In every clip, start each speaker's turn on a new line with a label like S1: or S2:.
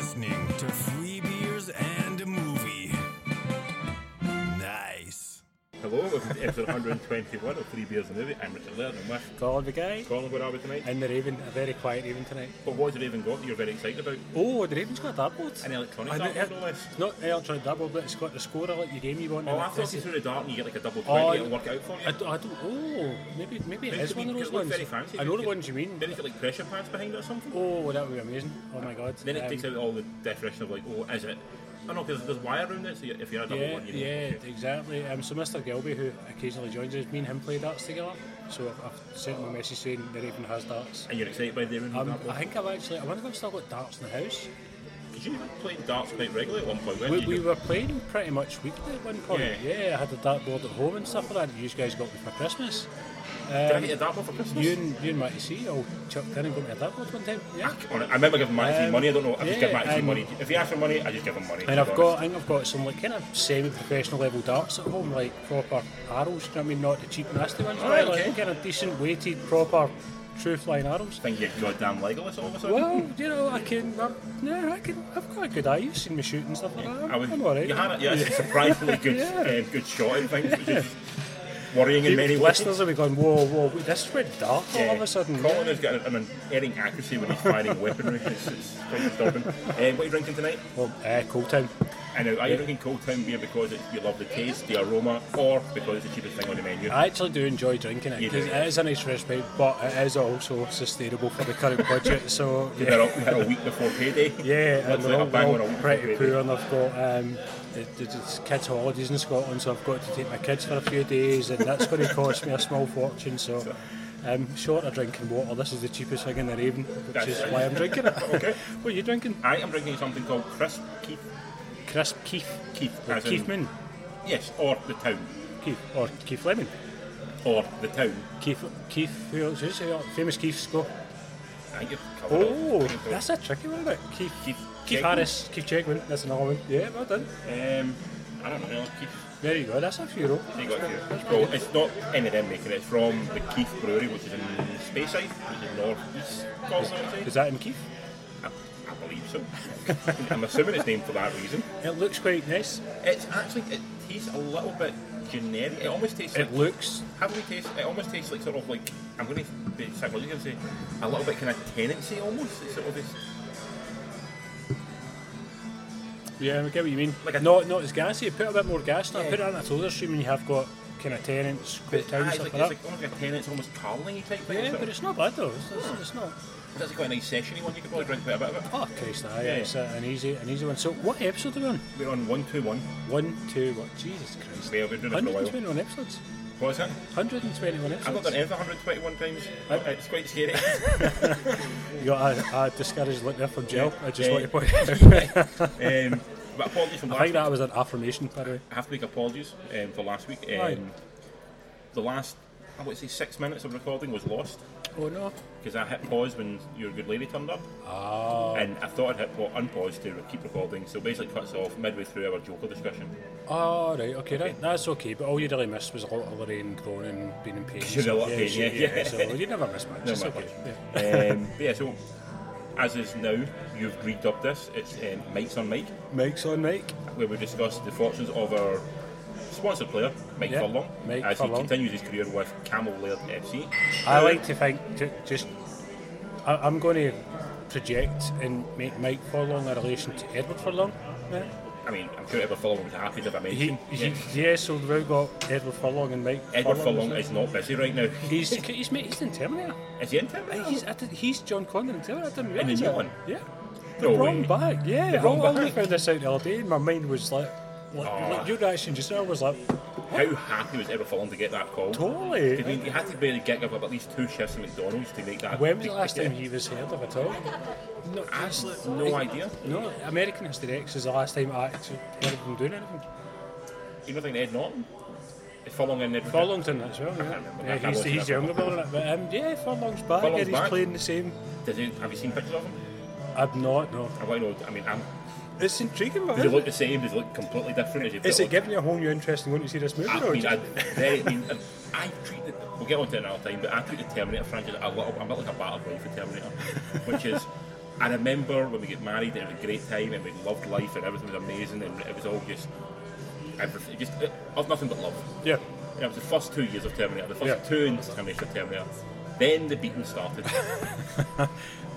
S1: to free beers and a movie. Nice.
S2: Hello, welcome to episode 121 of Three Beers and Movie. I'm Richard Laird, I'm with
S3: Colin guy
S2: Colin, where are we tonight?
S3: and the Raven, a very quiet Raven tonight.
S2: But what have you even got that you're very excited about?
S3: Oh, the Raven's got a dartboard.
S2: An electronic
S3: I
S2: dartboard,
S3: don't-
S2: no less.
S3: It's not an electronic dartboard, but it's got the score like your game you want.
S2: Oh,
S3: and
S2: I
S3: it-
S2: thought
S3: it's-
S2: you threw the dart and you get like a double 20
S3: Oh,
S2: it'll work out for you.
S3: I, d- I don't. Oh, maybe maybe it
S2: Didn't
S3: is
S2: it
S3: one of
S2: be-
S3: those
S2: it looked
S3: ones.
S2: very fancy.
S3: I know
S2: Didn't
S3: the
S2: it-
S3: ones you mean.
S2: Didn't it get like pressure pads behind it or something?
S3: Oh, that would be amazing. Oh my god.
S2: Then it
S3: Um,
S2: takes out all the definition of like, oh, is it? I know, because there's wire around it, so you- if you're a double
S3: Yeah,
S2: one, you know.
S3: yeah,
S2: okay.
S3: exactly. Um, so Mr. Gelby, who occasionally joins us, me and him play darts together. So I've, I've sent him a message saying the Raven has darts.
S2: And you're excited by the room
S3: Um,
S2: dartboard?
S3: I think I've actually. I wonder if I've still got darts in the house.
S2: Because you played darts quite regularly at one point, weren't
S3: We,
S2: you?
S3: we were playing pretty much weekly at one point.
S2: Yeah.
S3: Yeah, I had a dartboard at home and stuff like that. You guys got me for Christmas.
S2: Did I get a dartboard for Christmas?
S3: um, You and you and Matty C all chucked in and got me a dartboard one time. Yeah.
S2: I, I remember giving Maxie
S3: Um,
S2: money. I don't know. I just give
S3: yeah,
S2: Maxie
S3: um,
S2: money. If he asks for money, I just give him money.
S3: And
S2: to
S3: I've
S2: be
S3: got,
S2: honest.
S3: I think I've got some like kind of semi-professional level darts at home, like proper arrows. You know what I mean? Not the cheap nasty ones,
S2: All
S3: but
S2: right,
S3: like
S2: okay.
S3: kind of decent weighted, proper, true flying arrows.
S2: Think you're goddamn Legolas all of a sudden?
S3: Well, you know, I can, i yeah, I can. I've got a good eye. You've seen me shoot and stuff like that. I'm,
S2: I would,
S3: I'm all right.
S2: You had a, yeah, it's a surprisingly good,
S3: Yeah.
S2: um, good shot and things, which is worrying in many ways.
S3: Listeners will be going, whoa, whoa, this went dark
S2: Yeah.
S3: all of a sudden.
S2: Colin has got an unerring accuracy when he's firing weaponry. It's, it's quite disturbing. Uh, what are you drinking tonight?
S3: Well, uh, Cold Town.
S2: I know. Are you drinking Cold Town beer because it, you love the taste, the aroma, or because it's the cheapest thing on the menu?
S3: I actually do enjoy drinking it
S2: You do,
S3: because
S2: yeah.
S3: it is a nice respite, but it is also sustainable for the current budget. So yeah,
S2: They're up- they're a week before payday.
S3: yeah and
S2: Literally
S3: we're
S2: a
S3: all,
S2: bang
S3: we're
S2: on a
S3: all
S2: week before
S3: pretty
S2: payday.
S3: poor, and I've got um, it, it- it's kids' holidays in Scotland, so I've got to take my kids for a few days, and that's going to cost me a small fortune. So. Um, short of drinking water, this is the cheapest thing in the Raven, which
S2: That's
S3: is
S2: right.
S3: why I'm drinking it.
S2: Okay.
S3: what are you drinking?
S2: I am drinking something called Crisp Keith.
S3: Crisp Keith.
S2: Keith,
S3: Or
S2: as in-
S3: Keith Moon.
S2: Yes, or the town.
S3: Keith. Or Keith Lemon.
S2: Or the town.
S3: Keith, Keith, who else is it? Oh, Famous Keith's go.
S2: I think you've covered it all.
S3: Oh,
S2: I think
S3: that's a tricky one, isn't it? Keith,
S2: Keith
S3: Keith,
S2: Jackman.
S3: Harris, Keith Jackman, that's another one. Yeah, well done.
S2: Um, I don't know. Keith,
S3: There you go, that's a few row.
S2: they got here. Well, it's not M&M making it. It's from the Keith Brewery, which is in Speyside, which is northeast Scotland. I would
S3: Is
S2: say.
S3: that in Keith?
S2: I, I believe so. I'm assuming it's named for that reason.
S3: It looks quite nice.
S2: It's actually it tastes a little bit generic. It almost tastes.
S3: It
S2: like,
S3: looks.
S2: how do we taste? It almost tastes like sort of like I'm going to be psychological and say a little bit kind of tenancy almost. It's sort of this.
S3: Yeah, I get what you mean.
S2: Like a-
S3: not, not as gassy. Put a bit more gas. in it.
S2: Yeah.
S3: Put it on a soda stream, and you have got kind of tenants,
S2: But
S3: cold
S2: ah,
S3: town
S2: it's
S3: stuff
S2: like,
S3: like,
S2: it's
S3: that.
S2: like almost like a tenant's almost carling type thing.
S3: yeah,
S2: sort
S3: but
S2: of.
S3: it's not bad though. It's, it's, it's not.
S2: That's quite a nice sessiony one. You could probably drink quite a bit of it.
S3: Oh Christ, aye,
S2: Yeah.
S3: it's a, an easy, an easy one. So, what episode are we on?
S2: We're on one two one.
S3: One, two, one. Jesus Christ.
S2: Yeah, we've been doing it for a while.
S3: 121 episodes.
S2: What's that?
S3: 121 episodes.
S2: I've not done anything 121 times. It's quite scary.
S3: You got a, a discouraged look there from Jill. I just
S2: Yeah.
S3: want to point out.
S2: um, but apologies from
S3: I
S2: last
S3: think
S2: week.
S3: that was an affirmation, by the way.
S2: I have to make apologies um, for last week.
S3: Aye.
S2: Um, the last, I would say, six minutes of recording was lost
S3: Oh no.
S2: because I hit pause when your good lady turned up.
S3: Ah.
S2: And I thought I'd hit pa- unpause to keep recording, so basically cuts off midway through our Joker discussion.
S3: Oh, right, okay, right. That's okay, but all you really missed was a lot of Lorraine groaning, being in pain.
S2: She was a lot of pain,
S3: she-
S2: yeah, yeah.
S3: So you never miss much. it's
S2: my
S3: okay.
S2: apologies.
S3: Yeah.
S2: um, but yeah, so as is now, you've redubbed this. It's um, Mike's on Mike.
S3: Mike's on Mike.
S2: where we discuss the fortunes of our sponsored player, Mike
S3: Yeah,
S2: Furlong,
S3: Mike
S2: as he
S3: Furlong.
S2: continues his career with Camel Laird FC.
S3: I like to think, ju- just, I, I'm going to project and make Mike Furlong a relation to Edward Furlong. Yeah.
S2: I mean, I'm sure Edward Furlong was happy if I
S3: He,
S2: mentioned
S3: he,
S2: him.
S3: yeah. so we've got Edward Furlong and Mike
S2: Yeah. Edward
S3: Furlong.
S2: Furlong is not busy right now.
S3: He's, he's, mate, he's in Terminator.
S2: Is he in Terminator?
S3: He's, I did, he's John Connor in Terminator.
S2: Oh.
S3: I didn't
S2: the
S3: realise
S2: new
S3: that.
S2: one?
S3: Yeah.
S2: No
S3: the wrong
S2: way.
S3: bag. Yeah.
S2: The wrong
S3: I only
S2: bag. Oh.
S3: found this out the other day, and my mind was like, like,
S2: Aw.
S3: like your reaction just now was like,
S2: How happy was Edward Furlong to get that call? I
S3: totally.
S2: mean, he had to be the gig of at least two shifts in McDonald's to make that.
S3: When was the last
S2: to-
S3: time he was heard of at all? No,
S2: I have no idea.
S3: no. American History X is the last time I actually heard of him doing anything.
S2: You don't think Ed Norton? Is Furlong in Edward?
S3: Furlong's in it as well. Yeah,
S2: remember. I
S3: yeah
S2: can't
S3: he's,
S2: watch
S3: he's
S2: that.
S3: younger than it, but um, yeah, Furlong's back,
S2: Furlong's
S3: and he's
S2: back.
S3: playing the same.
S2: Does he, have you seen pictures of him?
S3: I've not. No,
S2: I want to know. I mean, I'm,
S3: it's intriguing. but
S2: does he
S3: Is
S2: look the same? Does he look completely different? Is, he
S3: is
S2: fit
S3: it giving you a whole new interesting one to see this movie?
S2: Ah, I
S3: or
S2: mean, I,
S3: just-
S2: very, I, mean, um, I treat the, we'll get on to it another time, but I treat the Terminator franchise a little, I'm a bit like a battered wife with Terminator, which is, I remember when we got married, it was a great time, and we loved life, and everything was amazing, and it was all just everything, just it, of nothing but love.
S3: Yeah.
S2: And it was the first two years of Terminator, the first
S3: Yeah.
S2: two incarnations of Terminator. Then the beating started.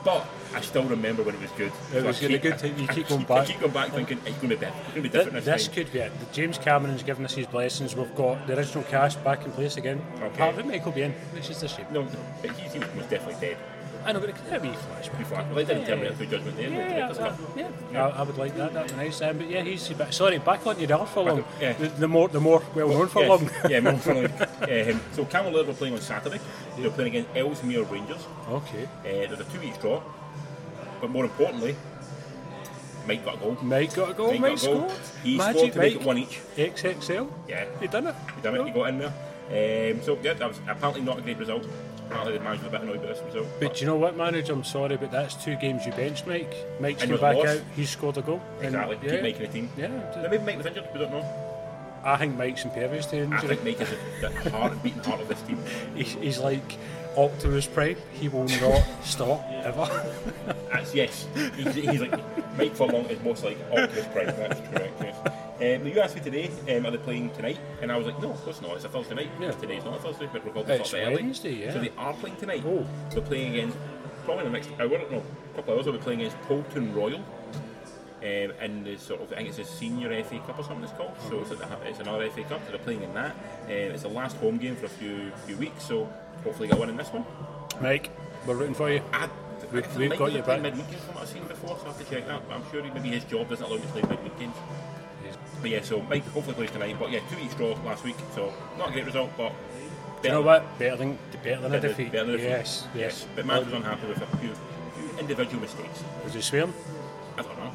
S2: but I still remember when it was good.
S3: It
S2: I
S3: was really
S2: keep-
S3: good time. You
S2: I
S3: keep going
S2: I
S3: back.
S2: keep going back thinking it's going to be better. It's going to be
S3: Th-
S2: different
S3: this
S2: time.
S3: could be it. James Cameron's given us his blessings. We've got the original cast back in place again.
S2: Okay.
S3: Part of it, Michael Biehn, which is a shame.
S2: No, but he's, he was definitely dead
S3: I know, but it could have been a flashback.
S2: before. Well, they didn't Terminator 3 Judgment Day. they
S3: Yeah,
S2: did this
S3: I,
S2: one.
S3: yeah. I, I would like that. That'd be nice. Um, but yeah, he's a bit, sorry. Back onto your for
S2: Back
S3: long.
S2: on- yeah.
S3: The, the more, the more well known for
S2: Yes.
S3: long.
S2: yeah, Mount Furlong. um, so Camel were playing on Saturday. They're playing against Ellesmere Rangers.
S3: okay.
S2: Uh, there's a two-week draw, but more importantly, Mike got a goal.
S3: Mike got a goal. Mike,
S2: Mike got a goal.
S3: scored.
S2: He
S3: Magic
S2: scored to
S3: Mike.
S2: make it one each.
S3: XXL.
S2: Yeah,
S3: He done it.
S2: he done it. He got in there. Um, so yeah, that was apparently not a great result. Apparently the manager was a bit annoyed with this result.
S3: But do you know what, manager? I'm sorry, but that's two games you benched Mike. Mike's
S2: And
S3: come
S2: you've
S3: back
S2: lost.
S3: out. He's scored a goal. And,
S2: exactly,
S3: yeah,
S2: keep making the team.
S3: Yeah.
S2: Now, maybe Mike was injured. We don't know.
S3: I think Mike's impervious to
S2: I
S3: injury.
S2: think Mike is the the heart and beating heart of this team.
S3: He's, he's like Optimus Prime. He will not stop ever.
S2: That's yes. He's, he's like Mike Furlong is most like Optimus Prime. That's correct. Yes. Um, now, you asked me today, um, are they playing tonight? And I was like, no, of course not. It's a Thursday night.
S3: Yeah.
S2: Today's not a Thursday, but we're recording
S3: It's
S2: Thursday early.
S3: Wednesday, yeah.
S2: So they are playing tonight.
S3: Oh.
S2: They're playing against probably in the next hour, no, couple of hours. They'll be playing against Polton Royal. Um, in the sort of, I think it's a senior FA Cup or something it's called. So it's,
S3: Mm-hmm.
S2: a, it's another FA Cup. So they're playing in that. Um, it's the last home game for a few few weeks. So hopefully they'll win in this one.
S3: Mike, we're rooting for you.
S2: I,
S3: We-
S2: I
S3: we've
S2: might
S3: got
S2: be
S3: your
S2: playing
S3: back.
S2: midweek games from what I've seen before, so I have to check that. But I'm sure he, maybe his job doesn't allow him to play midweek games.
S3: Yes.
S2: But yeah, so Mike hopefully plays tonight. But yeah, two each draw last week, so not a great result, but
S3: You know what? Better than better than a
S2: better-
S3: defeat.
S2: better than a defeat.
S3: Yes, yes.
S2: But Matt was unhappy with a few, few individual mistakes.
S3: Was he swearing?
S2: I don't know.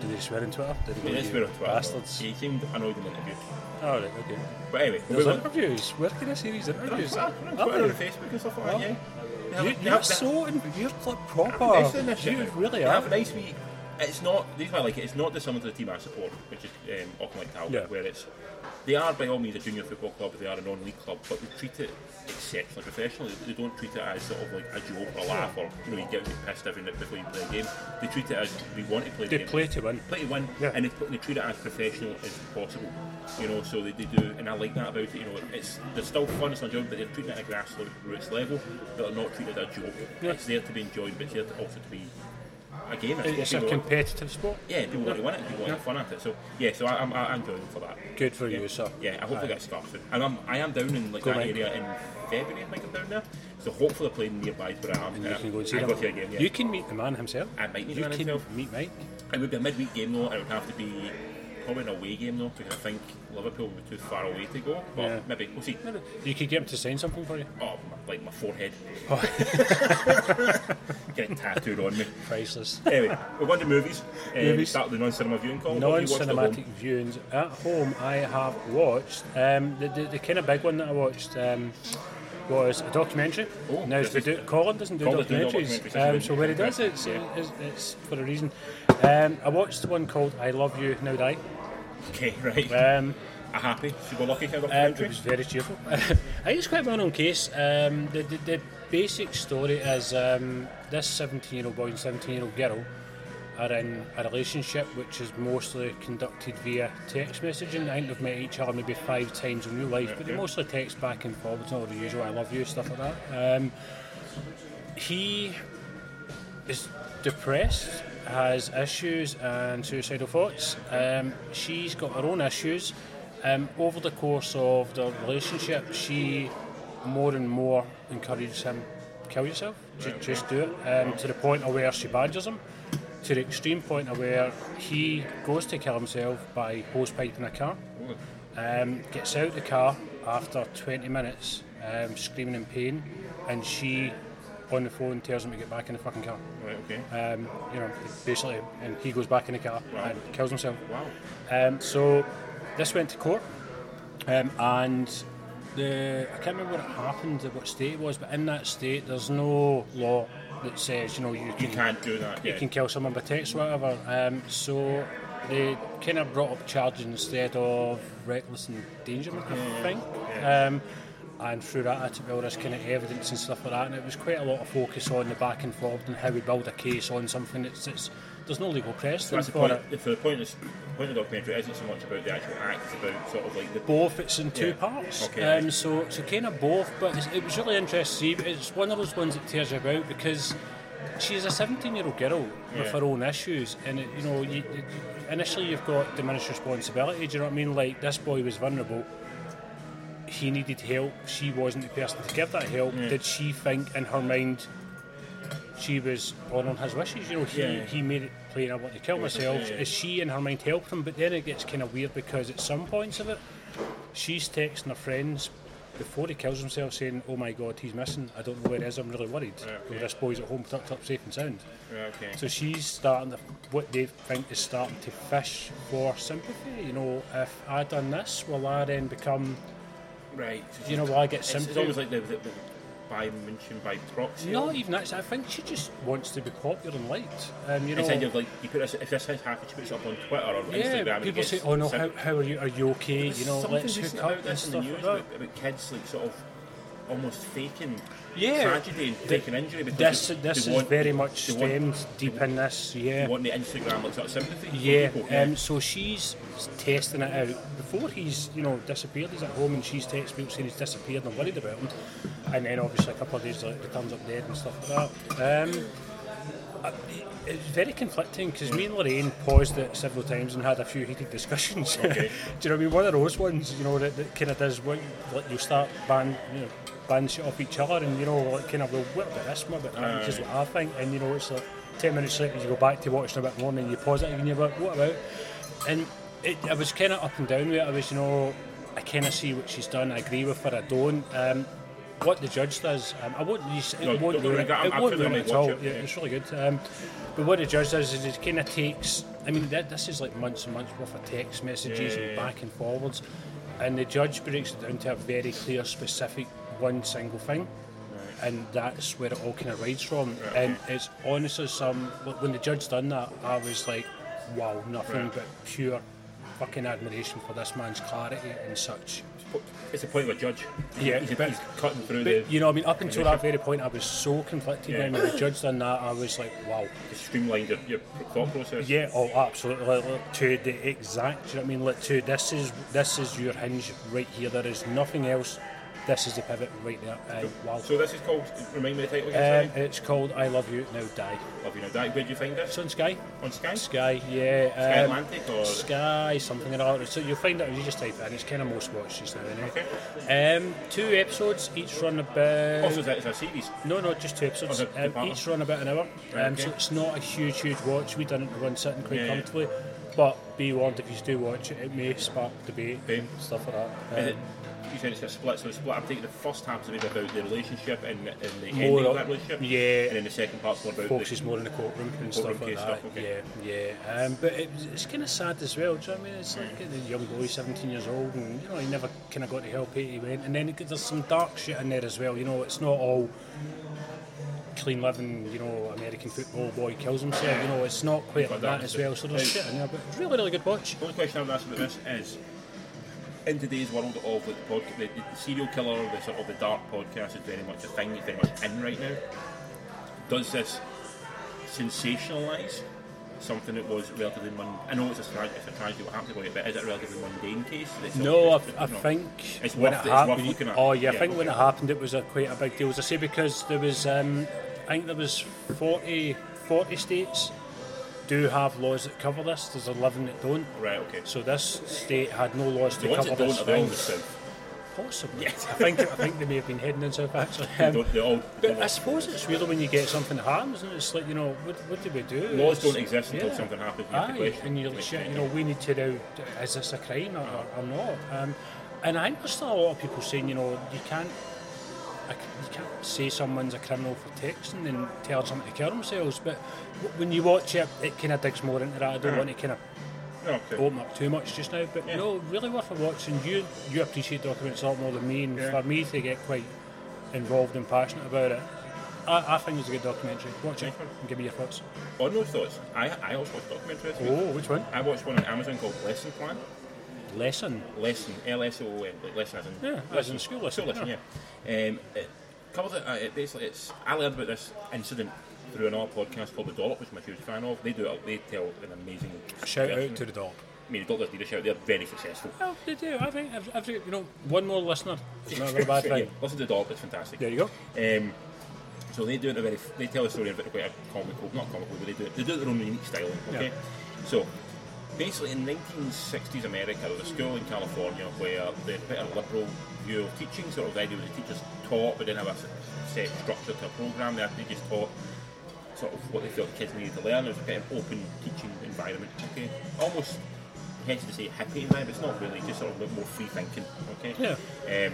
S3: Did he swear on Twitter? Did he?
S2: It is weird. but
S3: Bastards.
S2: He seemed annoyed in the interview.
S3: All right. Okay.
S2: But anyway,
S3: There's
S2: we're on-
S3: interviews. Where can I see these
S2: we're on
S3: interviews?
S2: Twitter, we're on
S3: Are
S2: Twitter and
S3: they?
S2: Facebook and stuff like that. Yeah. They have-
S3: You,
S2: they
S3: you're
S2: have- they-
S3: so in, you're like
S2: Nice
S3: proper.
S2: in this
S3: You
S2: shit.
S3: really
S2: Oh. They
S3: are.
S2: Have a nice wee. It's not. These are like it. It's not dissimilar to the team I support, which is um, Auckland like Talbot,
S3: Yeah.
S2: where it's they are by all means a junior football club. They are a non-league club, but they treat it exceptionally professionally. They don't treat it as sort of like a joke or a laugh or you know you get pissed every night before you play a game. They treat it as we want to play.
S3: They
S2: the game
S3: play to win.
S2: play to win,
S3: Yeah.
S2: and they, put- they treat it as professional as possible. You know, so they, they do, and I like that about it. You know, it's they're still fun, it's not a job, but they're treating it at a grassroots level. But they're not treated as a joke.
S3: Yeah.
S2: It's there to be enjoyed, but it's there to also to be a game. It's
S3: It's a
S2: people-
S3: competitive sport.
S2: yeah, people want to win it. People want to have fun at it. So yeah, so I, I'm, I- I'm enjoying for that.
S3: Good for you, sir.
S2: Yeah, I hope they get scarfed. And I'm, I am down in like
S3: Go
S2: that
S3: Mike.
S2: area in February. I think I'm down there. So hopefully they're playing nearby to where I am. Um,
S3: And you can go and see
S2: I
S3: them.
S2: go to a game. Yeah.
S3: You can meet the man himself.
S2: I might meet
S3: you
S2: the man
S3: can
S2: himself.
S3: meet Mike.
S2: It would be a midweek game though, and it would have to be probably an away game though, because I think Liverpool would be too far away to go. But
S3: Yeah.
S2: maybe we'll see.
S3: You could get him to sign something for you.
S2: Oh, my, like my forehead.
S3: Oh.
S2: Get it tattooed on me.
S3: Priceless.
S2: Anyway, we're going to movies. Um,
S3: Movies.
S2: Start with the non-cinema viewing call. What have you watched at
S3: non-cinematic
S2: home?
S3: viewings at home I have watched um, the, the, the kind of big one that I watched um, was a documentary
S2: Oh,
S3: now if they
S2: this is-
S3: do, Colin doesn't do
S2: Colin doesn't do
S3: documentaries
S2: documentaries, that's
S3: um, so
S2: good.
S3: when he does it's,
S2: Yeah.
S3: it's, it's for a reason um, I watched one called I Love You Now Die
S2: Okay, right.
S3: um,
S2: a happy, super lucky kind of
S3: um, it
S2: documentary.
S3: was very cheerful I think it's quite a well-known case um, the, the, the basic story is um, this 17 year old boy and 17 year old girl are in a relationship which is mostly conducted via text messaging. I think they've met each other maybe five times in real life, but they mostly text back and forwards, all the usual "I love you" stuff like that. Um, he is depressed, has issues and suicidal thoughts. Um, she's got her own issues. Um, over the course of their relationship, she more and more encourages him kill yourself, ju- just do it, um, to the point of where she badgers him, to the extreme point of where he goes to kill himself by hose piping a car um, gets out of the car after 20 minutes, um, screaming in pain, and she on the phone tells him to get back in the fucking car.
S2: right, okay.
S3: Um, you know, basically, and he goes back in the car
S2: Wow.
S3: and kills himself.
S2: wow.
S3: Um, so this went to court, um, and the I can't remember what happened, what state it was, but in that state, there's no law that says you know you
S2: You
S3: can
S2: can't do that.
S3: you
S2: yeah.
S3: can kill someone by text or whatever. Um, so they kind of brought up charges instead of reckless endangerment, I think. Um, and through that I took all this kind of evidence and stuff like that and it was quite a lot of focus on the back and forth and how we build a case on something that's, that's there's no legal precedent
S2: That's the
S3: for
S2: point.
S3: it.
S2: The, the point, is, the point of the documentary isn't so much about the actual act, it's about sort of like the
S3: both. It's in two
S2: Yeah.
S3: parts.
S2: Okay.
S3: Um, so so kind of both, but it's, it was really interesting to see. It's one of those ones that tears you about because she's a 17 year old girl with
S2: Yeah.
S3: her own issues, and it, you know, you, you- initially you've got diminished responsibility. Do you know what I mean? Like this boy was vulnerable. He needed help. She wasn't the person to give that help. Did she think in her mind? She was honouring his wishes, you know. He,
S2: Yeah.
S3: he made it plain. I want to kill myself.
S2: yeah.
S3: Is she in her mind helped him? But then it gets kind of weird because at some points of it, she's texting her friends before he kills himself saying, Oh my god, he's missing. I don't know where he is. I'm really worried.
S2: Okay.
S3: Well, this boy's at home tucked up safe and sound.
S2: Okay.
S3: So she's starting to, what they think is starting to fish for sympathy. You know, if I done this, will I then become,
S2: right. so
S3: you know, will I get
S2: it's, it's
S3: sympathy?
S2: almost like the, the, the by mention by proxy.
S3: Not even that. I think she just wants to be popular and liked. Um, you know,
S2: It's kind of like you put this, if this has happened, she puts it up on Twitter or Instagram.
S3: yeah,
S2: and it
S3: people
S2: gets
S3: say, "Oh no,
S2: sent-
S3: how, how are you? Are you okay? You know,
S2: something
S3: let's
S2: recent
S3: hook
S2: about
S3: up and
S2: this in the
S3: stuff
S2: news
S3: like that."
S2: about, about kids like sort of almost faking
S3: Yeah.
S2: tragedy and faking injury because
S3: This
S2: they,
S3: this
S2: they
S3: is
S2: want,
S3: very much
S2: they want,
S3: stemmed deep in this. Yeah.
S2: they want the Instagram like sort of sympathy. from
S3: Yeah,
S2: people,
S3: um, so she's testing it out. Before he's, you know, disappeared, he's at home and she's texting people saying he's disappeared and I'm worried about him. And then obviously a couple of days later he comes up dead and stuff like that. Um, I- it's very conflicting because me and Lorraine paused it several times and had a few heated discussions.
S2: Okay.
S3: Do you know what I mean? One of those ones, you know, that, that kind of does what like you start ban, you know, ban shit off each other, and you know, like kind of well, what about this, what about that, which is what I think, and you know, it's like ten minutes later you go back to watching a bit more, and then you pause it, and you're like, what about? And it, I was kind of up and down with it. I was, you know, I kind of see what she's done. I agree with her. I don't. Um, what the judge does, um, I won't. Use, it
S2: No,
S3: won't
S2: don't worry,
S3: ruin it.
S2: I'm
S3: It won't
S2: absolutely
S3: ruin it at
S2: gonna
S3: all.
S2: watch it,
S3: Yeah,
S2: yeah.
S3: it's really good. Um, but what the judge does is it kind of takes. I mean, that, this is like months and months worth of text messages
S2: Yeah, yeah,
S3: and
S2: yeah.
S3: back and forwards, and the judge breaks it down to a very clear, specific one single thing, and that's where it all kind of rides from.
S2: Right,
S3: And
S2: okay.
S3: it's honestly some. When the judge done that, I was like, wow, nothing
S2: Right.
S3: but pure fucking admiration for this man's clarity and such.
S2: It's the point of a judge.
S3: Yeah,
S2: he's,
S3: but-
S2: he's cutting through the,
S3: But you know, I mean, up until
S2: Yeah.
S3: that very point, I was so conflicted
S2: Yeah.
S3: when the judge done that. I was like, wow.
S2: the streamlined your, your thought process.
S3: Yeah, oh, absolutely. Like, like, to the exact, do you know what I mean? Like, to this is this is your hinge right here. There is nothing else. This is the pivot right there. Uh, wow.
S2: So this is called. Remind me the title again.
S3: Um, it's called "I Love You Now Die."
S2: sorry. Love you know that. Where do you find this?
S3: It's on Sky.
S2: On Sky.
S3: Sky, yeah.
S2: Sky
S3: um,
S2: Atlantic or
S3: Sky something or other. So you'll find out if you just type it in. It's kind of most watched just now, anyway. Um, two episodes, each run about.
S2: also is that it's a series.
S3: No, no, just two episodes.
S2: Oh, the- the
S3: um,
S2: battle.
S3: each run about an hour,
S2: Right,
S3: um, so
S2: okay.
S3: it's not a huge, huge watch. We done it in one sitting quite
S2: Yeah, yeah.
S3: comfortably. But be warned, if you do watch it, it may spark debate
S2: Okay.
S3: and stuff like
S2: Is
S3: that.
S2: it,
S3: Um,
S2: you said it's a split, so it's split. I'm taking the first half is maybe about the relationship and, and the
S3: More
S2: ending
S3: of-
S2: of that relationship.
S3: yeah.
S2: And then the second part's more about
S3: focuses
S2: the,
S3: more in the courtroom and stuff like
S2: case
S3: that.
S2: stuff, okay.
S3: Yeah, yeah. Um, but it, it's kind of sad as well. Do you know what I mean? It's like
S2: Mm.
S3: a young boy, 17 years old, and you know he never kind of got the help he went. And then it- there's some dark shit in there as well. You know, it's not all clean living. You know, American football boy kills himself. You know, it's not quite
S2: Got
S3: like
S2: that
S3: that as
S2: bit.
S3: well. So there's
S2: Hey.
S3: shit in there, but really, really good watch.
S2: The only question I would ask about this is in today's world of like, the, podca- the, the serial killer, the sort of the dark podcast is very much a thing, it's very much in right now. Does this sensationalise something that was relatively mundane? I know it's a tragedy, it's a tragedy what happened to it, but is it a relatively mundane case? That's
S3: No, I,
S2: obvious,
S3: I
S2: you know,
S3: think
S2: it's
S3: when
S2: worth,
S3: it
S2: it's
S3: happened.
S2: worth looking at.
S3: Oh yeah, I think
S2: okay.
S3: when it happened, it was a, quite a big deal. As I say, because there was, um, I think there was 40, 40 states do have laws that cover this. There's eleven that don't.
S2: Right, okay. So
S3: So this state had no laws to
S2: the ones
S3: cover
S2: that don't
S3: this
S2: are all the
S3: thing.
S2: south.
S3: Possibly.
S2: Yes.
S3: I think I think they may have been heading in south actually.
S2: They
S3: Um,
S2: don't- they all- they
S3: but I
S2: don't-
S3: suppose it's really when you get something that happens, and it's like you know, what, what do we do?
S2: Laws
S3: It's-
S2: don't exist until
S3: yeah.
S2: something happens. You have to
S3: Aye,
S2: question
S3: and you're
S2: it.
S3: like, shit, you know, we need to know, is this a crime or, or- or not? Um, and I think there's still a lot of people saying, you know, you can't, I c- you can't say someone's a criminal for texting and tell someone to kill themselves. But w- when you watch it, it kind of digs more into that. I
S2: Mm-hmm.
S3: don't want to kind of
S2: No, okay.
S3: open up too much just now, but
S2: Yeah.
S3: no, really worth a watch. And you, you appreciate documents a lot more than me, and
S2: Yeah.
S3: for me to get quite involved and passionate about it, I, I think it's a good documentary. Watch it
S2: Nice one.
S3: and give me your thoughts.
S2: On those thoughts, I, I also watched documentaries.
S3: Oh, which one?
S2: I watched one on Amazon called Lesson Plan.
S3: Lesson.
S2: Lesson, L-S-O-N, like lesson as in,
S3: Yeah, as in school lesson, yeah.
S2: yeah. Um, it covers it, uh, it basically, it's, I learned about this incident through another podcast called The Dollop, which I'm a huge fan of. They do it, they tell an amazing
S3: Shout
S2: version.
S3: out to the dog.
S2: I mean, the Dollop did a shout, they're very successful.
S3: Well, they do. I think every, every you know one more listener is never a bad
S2: Yeah,
S3: thing.
S2: listen to The Dollop, it's fantastic.
S3: There you go.
S2: Um, so they do it in a very, they tell the story in a very quite a comical, not comical, but they do it, they do it their own unique styling. Okay, so basically in 1960s America, there was a school in California where they had a bit of a liberal view of teaching. Sort of the idea was the teachers taught, but didn't have a s- set structure to a program. They had- they just taught sort of what they felt the kids needed to learn. It was a bit of an open teaching environment. Okay, almost hesitant to say hippie environment, but it's not really. Just sort of a bit more free thinking. Okay. Um,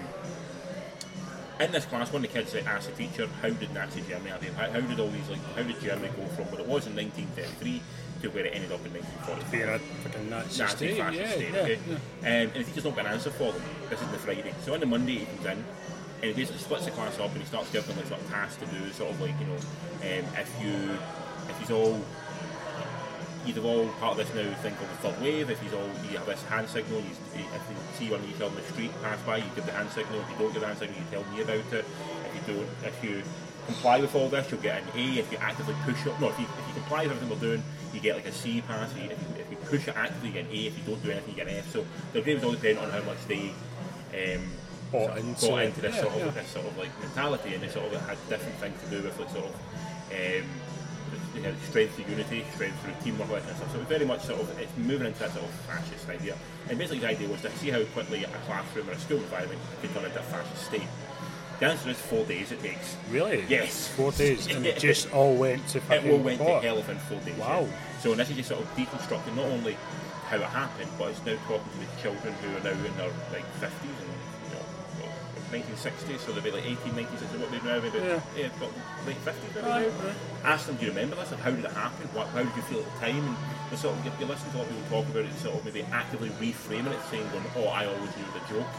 S2: in this class, one of the kids like, asked the teacher, "How did Nazi Germany? happen? How, how did all these like? How did Germany go from what it was in 1933 to where it ended up in 1943?"
S3: Being a fucking Nazi,
S2: Nazi
S3: state,
S2: fascist
S3: yeah,
S2: state,
S3: yeah,
S2: okay?
S3: yeah.
S2: Um, and the teacher's not got an answer for them. This is the Friday. So on the Monday, he comes in and he basically splits the class up and he starts giving them like sort of tasks to do, sort of like you know, um, if you if he's all you'd have all part of this now think of the third wave. If he's all you have this hand signal, you, if you see one of each other on the street pass by, you give the hand signal. If you don't give the hand signal, you tell me about it. If you don't, if you comply with all this, you'll get an A. If you actively push it, no, if you, if you comply with everything we're doing, you get like a C pass. If you, if you, if you push it actively, you get an A. If you don't do anything, you get an F. So the grade was all dependent on how much they. Um,
S3: Bought
S2: sort of
S3: into
S2: bought
S3: it.
S2: into this
S3: Yeah,
S2: sort of
S3: yeah.
S2: this sort of like mentality, and it sort of had different things to do with like sort of um, you know, strength through unity, strength through teamwork, all that kind of stuff. So it's very much sort of it's moving into that sort of fascist idea. And basically, the idea was to see how quickly a classroom or a school environment could turn into a fascist state. The answer is four days it takes.
S3: Really?
S2: Yes.
S3: Four days, and it just all went to
S2: It
S3: fucking
S2: all went
S3: pot.
S2: to hell within four days.
S3: Wow.
S2: yeah. So this is just sort of deconstructing not only how it happened, but it's now talking to the children who are now in their like fifties and you know, well, 1960s, so they'll be like 18, 19, so what they're now about
S3: Yeah.
S2: yeah, about late 50s. maybe
S3: Right,
S2: now.
S3: right.
S2: Ask them, do you remember this? Like, how did it happen? What, how did you feel at the time? And they sort of, you, you listen to a lot of people talk about it, sort of maybe actively reframing it, saying, going, oh, I always knew it was a joke.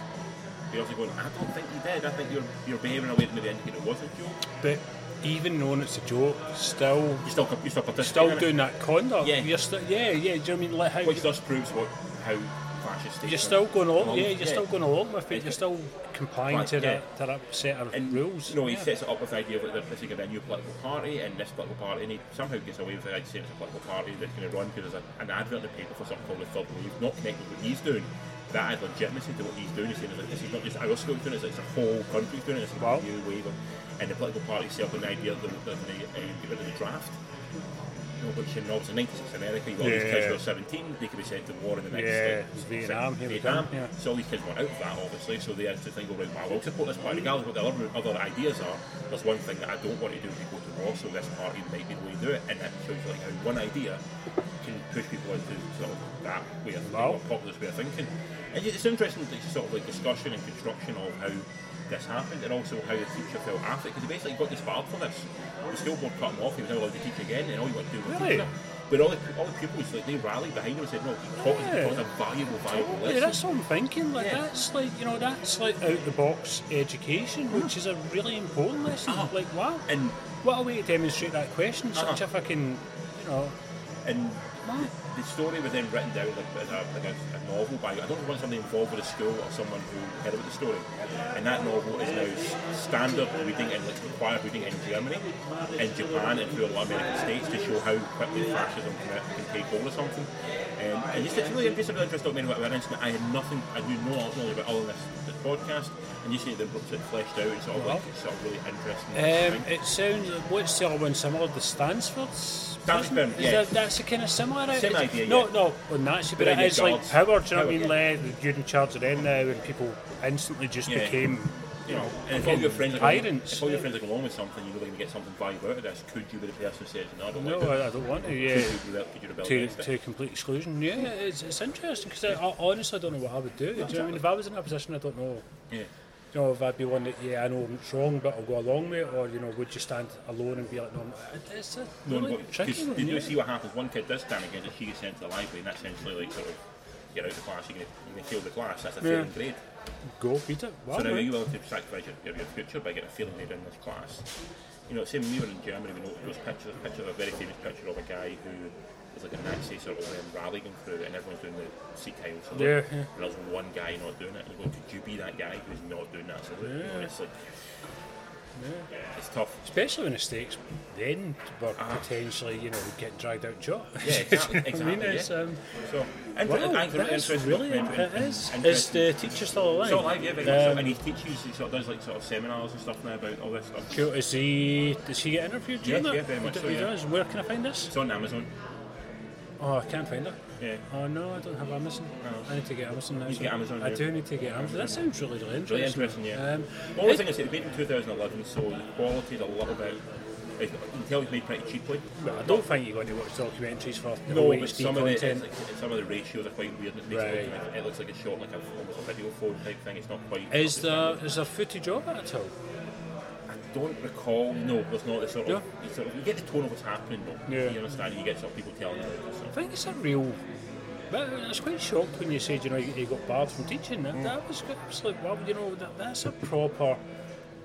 S2: You're also going, I don't think you did. I think you're, you're behaving in a way that maybe indicated it was a joke.
S3: But even knowing it's a joke, still,
S2: You're still, you're still participating. in
S3: still
S2: it.
S3: doing that conduct.
S2: Yeah.
S3: You're still, yeah, yeah. Do you know what I mean? Like how
S2: Which thus proves what how fascist states
S3: you're
S2: are.
S3: still going along?
S2: Along-
S3: Yeah, you're still going along with it. You're still complying
S2: Right,
S3: to
S2: yeah.
S3: that, to that set of
S2: and
S3: rules.
S2: No, he
S3: yeah.
S2: sets it up with the idea that they're putting in a new political party, and this political party, and he somehow gets away with the idea saying it's a political party that's going to run because there's a, an advert in the paper for something called the Third Wave, not connected with what he's doing. That adds legitimacy to what he's doing. He's saying that this is not just our school doing it, it's a whole country's doing it, it's a
S3: Wow.
S2: new wave. Of, and the political party set up an idea that they're going to get rid of the draft. You know, which in obviously 96 America, you got all these kids
S3: Yeah.
S2: who are 17, they could be sent to war in the next
S3: Yeah,
S2: uh,
S3: it's Vietnam, here we
S2: Vietnam.
S3: come, yeah.
S2: So all these kids went out of that, obviously, so they had to think, all right, well, I will support this party, regardless of what the other, other ideas are. There's one thing that I don't want to do is go to war, so this party might be the way to do it. And that shows you like, how one idea can push people into sort of that way of thinking,
S3: Wow.
S2: or populist way of thinking. And it's interesting, the sort of like discussion and construction of how this happened and also how the teacher felt after because he basically got disbarred for this. The school board cut him off, he was now allowed to teach again, and all he wanted to do was
S3: Really?
S2: teach. But all the, all the pupils, like, they rallied behind him and said, no, he taught us, he taught us a valuable, valuable
S3: Totally,
S2: lesson.
S3: that's what I'm thinking. Like
S2: Yeah.
S3: that's like you know that's like out the box education, which is a really important lesson.
S2: Uh-huh.
S3: Like wow,
S2: And-
S3: what a way to demonstrate that question. Such
S2: Uh-huh.
S3: a fucking you know.
S2: And
S3: Wow.
S2: the story was then written down like as a, like a, a novel by, I don't know if it was somebody involved with a school or someone who heard about the story. And that novel is now s- standard reading and like required reading in Germany, in Japan, and through a lot of American states to show how quickly fascism can, can take hold or something. Um, and just, it's really it's a really interesting documentary about an incident I had nothing, I knew no knowledge about all in this, this podcast, and you see it then it fleshed out and sort of like,
S3: Wow.
S2: it's sort of really interesting.
S3: Um, it sounds what's the other one similar? The Stansford's.
S2: Stansford,
S3: Is
S2: yeah.
S3: that- that's a kind of similar.
S2: Same
S3: it's-
S2: idea,
S3: No,
S2: yeah.
S3: no, well, Nazi, but
S2: But
S3: it
S2: then
S3: is
S2: you've
S3: like
S2: got
S3: power. Do you know what
S2: power,
S3: I mean? Like, you're in charge of them now, and people instantly just
S2: Yeah.
S3: became, you know,
S2: And if all your friends are going,
S3: tyrants.
S2: if all your friends are going along with something, you're going to get something valuable out of this. Could you be the person who says, "No, I don't
S3: no,
S2: like it"?
S3: I, I don't want to.
S2: Could
S3: Yeah.
S2: you, rebel- could you rebel
S3: to,
S2: against it?
S3: to complete exclusion. Yeah, it's, it's interesting because I, I honestly don't know what I would do. do you know what I mean? If I was in that position, I don't know.
S2: Yeah.
S3: You know, if I'd be one that yeah, I know it's wrong, but I'll go along with it, or you know, would you stand alone and be like, no, I'm-" it's a
S2: No,
S3: really
S2: no,
S3: tricky
S2: because
S3: one.
S2: you do
S3: yeah.
S2: see what happens. One kid does stand against it. She gets sent to the library, and that's essentially like sort of get out of the class. You're going to, you're going to fail the class. That's a failing
S3: Yeah.
S2: grade.
S3: Go beat it. Wow,
S2: So now
S3: man.
S2: you're willing to sacrifice your, your future by getting a failing grade in this class. you know, same when we were in Germany, we noticed those pictures, a picture, a very famous picture of a guy who was like a Nazi sort of um, rally going through and everyone's doing the sea tile salute.
S3: Yeah, yeah.
S2: And there's one guy not doing it. And you go, could you be that guy who's not doing that salute? You know,
S3: Yeah.
S2: it's like, it's tough.
S3: Especially when the stakes then were potentially, you know, getting dragged out jaw.
S2: Ah. Yeah, exactly.
S3: I
S2: exactly
S3: mean, it's,
S2: yeah.
S3: um,
S2: so, and
S3: wow,
S2: and- and-
S3: that's
S2: interesting
S3: really,
S2: documentary
S3: it
S2: and-
S3: is.
S2: and
S3: Is
S2: interesting-
S3: the teacher still alive?
S2: Still alive, yeah, very much so.
S3: Um,
S2: And he teaches, he sort of does like sort of seminars and stuff now about all this stuff.
S3: Cool. Is he? Does he get interviewed? Do you
S2: Yeah,
S3: know that?
S2: yeah, very much
S3: He
S2: so,
S3: he
S2: yeah.
S3: does. Where can I find this?
S2: It's on Amazon.
S3: Oh, I can't find it.
S2: Yeah.
S3: Oh no, I don't have Amazon. I need to get Amazon now.
S2: You
S3: so-
S2: get Amazon,
S3: I
S2: yeah.
S3: do need to get Amazon. That sounds really, really interesting.
S2: Really interesting, yeah.
S3: Um,
S2: the only
S3: it-
S2: thing is, it made in 2011, so the quality is a little bit. You can tell it's made pretty cheaply.
S3: well, I don't think you're going to watch documentaries for the
S2: No,
S3: whole
S2: but
S3: HD
S2: some of, the,
S3: content.
S2: it's like- some of the ratios are quite weird. and It, makes
S3: Right.
S2: it, look like, it looks like it's shot like a, almost a video phone type thing. It's not quite.
S3: Is there is there footage of it at all?
S2: I don't recall. No, there's not. It's sort of,
S3: Yeah.
S2: you sort of. You get the tone of what's happening, though.
S3: Yeah.
S2: You understand? You get sort of people telling you.
S3: I
S2: So.
S3: think it's a real. But I was quite shocked when you said you know you, you got barred from teaching.
S2: Mm.
S3: That, that was absolutely well, you know that, that's a proper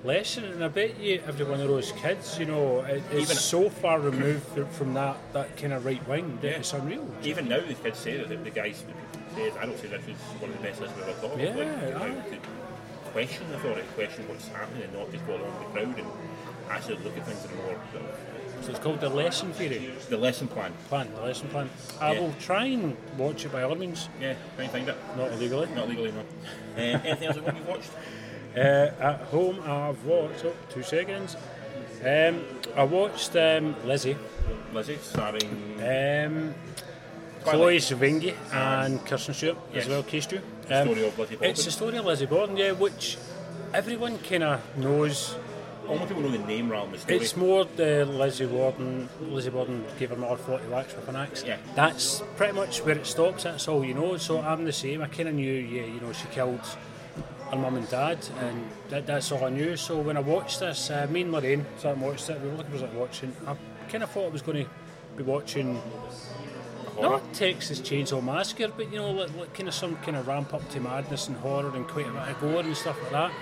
S3: lesson, and I bet you every one of those kids, you know, it, it's
S2: Even-
S3: so far removed fr- from that that kind of right wing that
S2: Yeah.
S3: it's unreal.
S2: Even now, the kids say that the, the guys, the people say, I don't say this is one of the best lessons I've ever taught.
S3: Yeah,
S2: like, you
S3: aye.
S2: know, to question the authority, question what's happening, and not just go along with the crowd and actually look at things in a more sort of
S3: So it's called the lesson theory
S2: The lesson plan.
S3: plan. The lesson plan. I
S2: Yeah.
S3: will try and watch it by all means,
S2: Yeah, try and find it.
S3: not illegally.
S2: Not legally, no. Um, anything else that you've watched?
S3: Uh, at home, I've watched. Oh, two seconds. Um, I watched um, Lizzie.
S2: Lizzie, starring
S3: Um,
S2: Twilight.
S3: Chloe Savingi and Kirsten Stewart
S2: Yes.
S3: as well, Kay Stewart.
S2: The story of Lizzie
S3: Um, It's
S2: Borden.
S3: the story of Lizzie Borden, yeah, which everyone kind of knows.
S2: Almost people know the name rather than the story.
S3: It's more the Lizzie Borden. Lizzie Borden gave her mother 40 lakhs with an axe.
S2: Yeah.
S3: That's pretty much where it stops. That's all you know. So I'm the same. I kind of knew, yeah, you know, she killed her mum and dad, and that, that's all I knew. So when I watched this, uh, me and Lorraine sat and watched it. We were looking for something watching. I kind of thought I was going to be watching
S2: horror.
S3: Not Texas Chainsaw Massacre, but you know, like, like kind of some kind of ramp up to madness and horror and quite a bit of gore and stuff like that.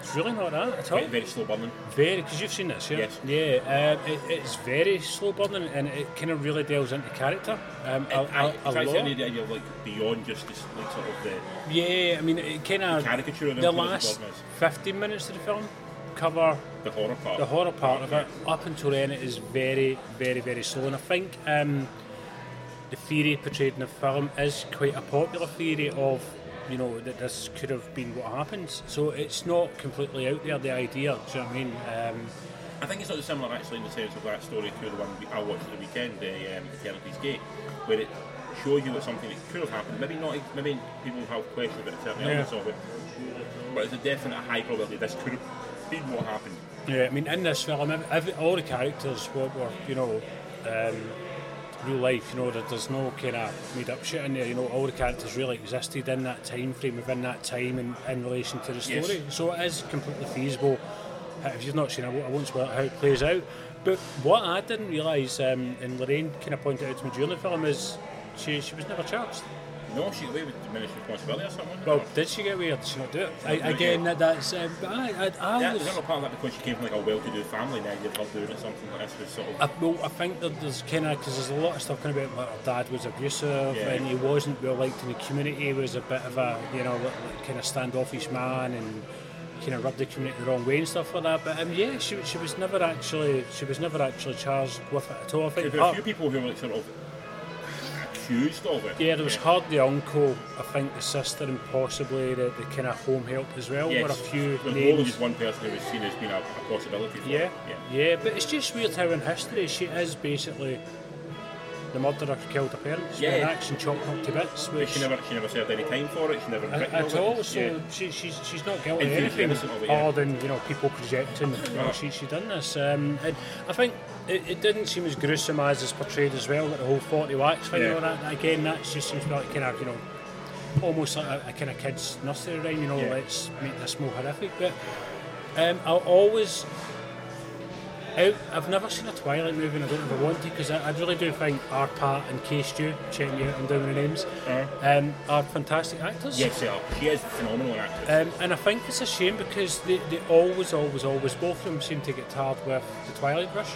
S3: It's really not that at all.
S2: Very, very slow burning.
S3: Very, because you've seen this, yeah.
S2: Yes.
S3: Yeah, um, it, it's very slow burning and it kind of really delves into character. Um, a,
S2: I,
S3: a, a
S2: try to
S3: lot.
S2: the idea of like beyond just this, like sort of the
S3: Yeah, I mean, it kind of
S2: caricature of
S3: the
S2: them, what the
S3: last
S2: problem is.
S3: 15 minutes of the film cover
S2: the horror part.
S3: the horror part of it up until then it is very very very slow and I think um, the theory portrayed in the film is quite a popular theory of you know that this could have been what happens so it's not completely out there the idea do you know what I mean um,
S2: I think it's not dissimilar actually in the sense of that story to the one we, I watched at the weekend, the um, Eternity's Gate, where it shows you that something that could have happened. Maybe not. Maybe people have questions about certain
S3: Yeah.
S2: elements of it, but it's a definite high probability this could have been what happened.
S3: yeah I mean in this film ev every, all the characters were, were you know um, real life you know there, there's no kind of made up shit in there you know all the characters really existed in that time frame within that time and in relation to the
S2: Yes.
S3: story so it is completely feasible Uh, if you've not seen it I won't spoil how it plays out but what I didn't realise um, and Lorraine kind of pointed out to me during the film is she, she was never charged
S2: No, she away with diminished responsibility or something.
S3: well did she get away or did she not do it I, again that, that's um, but I, I, I
S2: Yeah,
S3: was-
S2: there's another part of that because she came from like a well-to-do family. Now you're doing it something like this was sort of
S3: I, well, I think that there's kind of because there's a lot of stuff kind of about like her dad was abusive
S2: Yeah.
S3: and he wasn't well liked in the community. He was a bit of a you know kind of standoffish man and kind of rubbed the community the wrong way and stuff like that. But um, yeah, she she was never actually she was never actually charged with it at all. I think
S2: there were a
S3: her-
S2: few people who were like sort of accused of it.
S3: yeah, there was her, the uncle, I think the sister, and possibly the, the kind of home help as well.
S2: Yes.
S3: Were a few
S2: There's more than
S3: names.
S2: just one person who was seen as being a, a possibility. For
S3: Yeah,
S2: it. yeah.
S3: yeah, but it's just weird how in history she is basically the murderer who killed her parents. with an
S2: Yeah.
S3: axe and chopped them up to bits.
S2: But
S3: Which
S2: She never, she never served any time for it. She never
S3: at,
S2: convicted
S3: at
S2: of it.
S3: all. So
S2: Yeah.
S3: she, she's she's not guilty
S2: And
S3: of
S2: she was
S3: anything
S2: innocent of it, yeah.
S3: other than you know people projecting. You know,
S2: Oh.
S3: she she done this. Um, and I think it, it didn't seem as gruesome as is portrayed as well. That the whole forty wax thing.
S2: Yeah.
S3: You know, that, again, that just seems like kind of you know almost like a, a kind of kids nursery rhyme. You know,
S2: Yeah.
S3: let's make this more horrific. But um, I'll always. out. I've never seen a Twilight movie, and I don't ever want to because I, I really do think our Pat and Kay Stew, checking you out and down the names,
S2: Uh-huh.
S3: um, are fantastic actors.
S2: Yes, they are. She is phenomenal an actress.
S3: Um, and I think it's a shame because they, they always, always, always, both of them seem to get tarred with the Twilight Rush,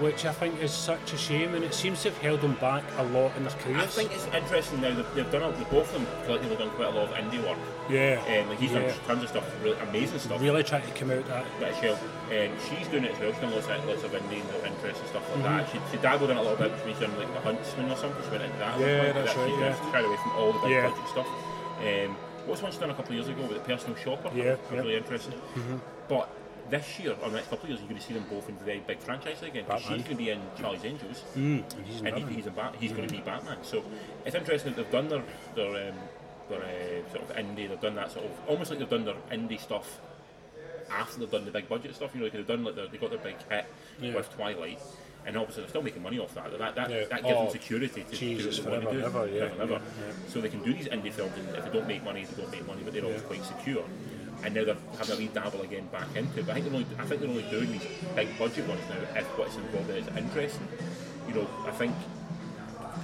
S3: which I think is such a shame, and it seems to have held them back a lot in their careers.
S2: I think it's interesting now. They've, they've done a, they've both of them collectively done quite a lot of indie work.
S3: Yeah.
S2: Um, like he's
S3: Yeah.
S2: done tons of stuff, really amazing stuff.
S3: really trying to come out that.
S2: British Hill. Um, she's doing it as well. She's done lots of, lots of indie and interest and stuff like that.
S3: Mhm.
S2: She, she dabbled in it a little bit. She's done like the Huntsman or something. She went into that. at one
S3: Yeah,
S2: point, but
S3: that's
S2: that- She's
S3: right,
S2: kind of
S3: yeah.
S2: shied away from all the big
S3: Yeah.
S2: budget stuff. Um, what's one she done a couple of years ago with the Personal Shopper?
S3: Yeah,
S2: That was
S3: yeah. Mm-hmm.
S2: really interesting. But this year or the next couple of years, you're going to see them both in very big franchises again. 'cause She's
S3: Batman. Mm.
S2: going to be in Charlie's Angels,
S3: And he's Mm.
S2: and he, he's, in Bat- he's going to be Batman. So it's interesting that they've done their their, um, their uh, sort of indie. They've done that sort of almost like they've done their indie stuff after they've done the big budget stuff. You know, like they've done like their, they got their big hit
S3: Yeah.
S2: with Twilight, and obviously they're still making money off that. That that,
S3: Yeah.
S2: that gives
S3: Oh,
S2: them security to
S3: Jesus,
S2: do what they want
S3: forever,
S2: to do.
S3: ever, yeah,
S2: Forever, ever.
S3: yeah,
S2: So they can do these indie films, and if they don't make money, they don't make money, but they're always quite secure. And now they're having a wee dabble again back into it. But I think they're only, I think they're only doing these big budget ones now if what's involved in it is interesting. You know, I think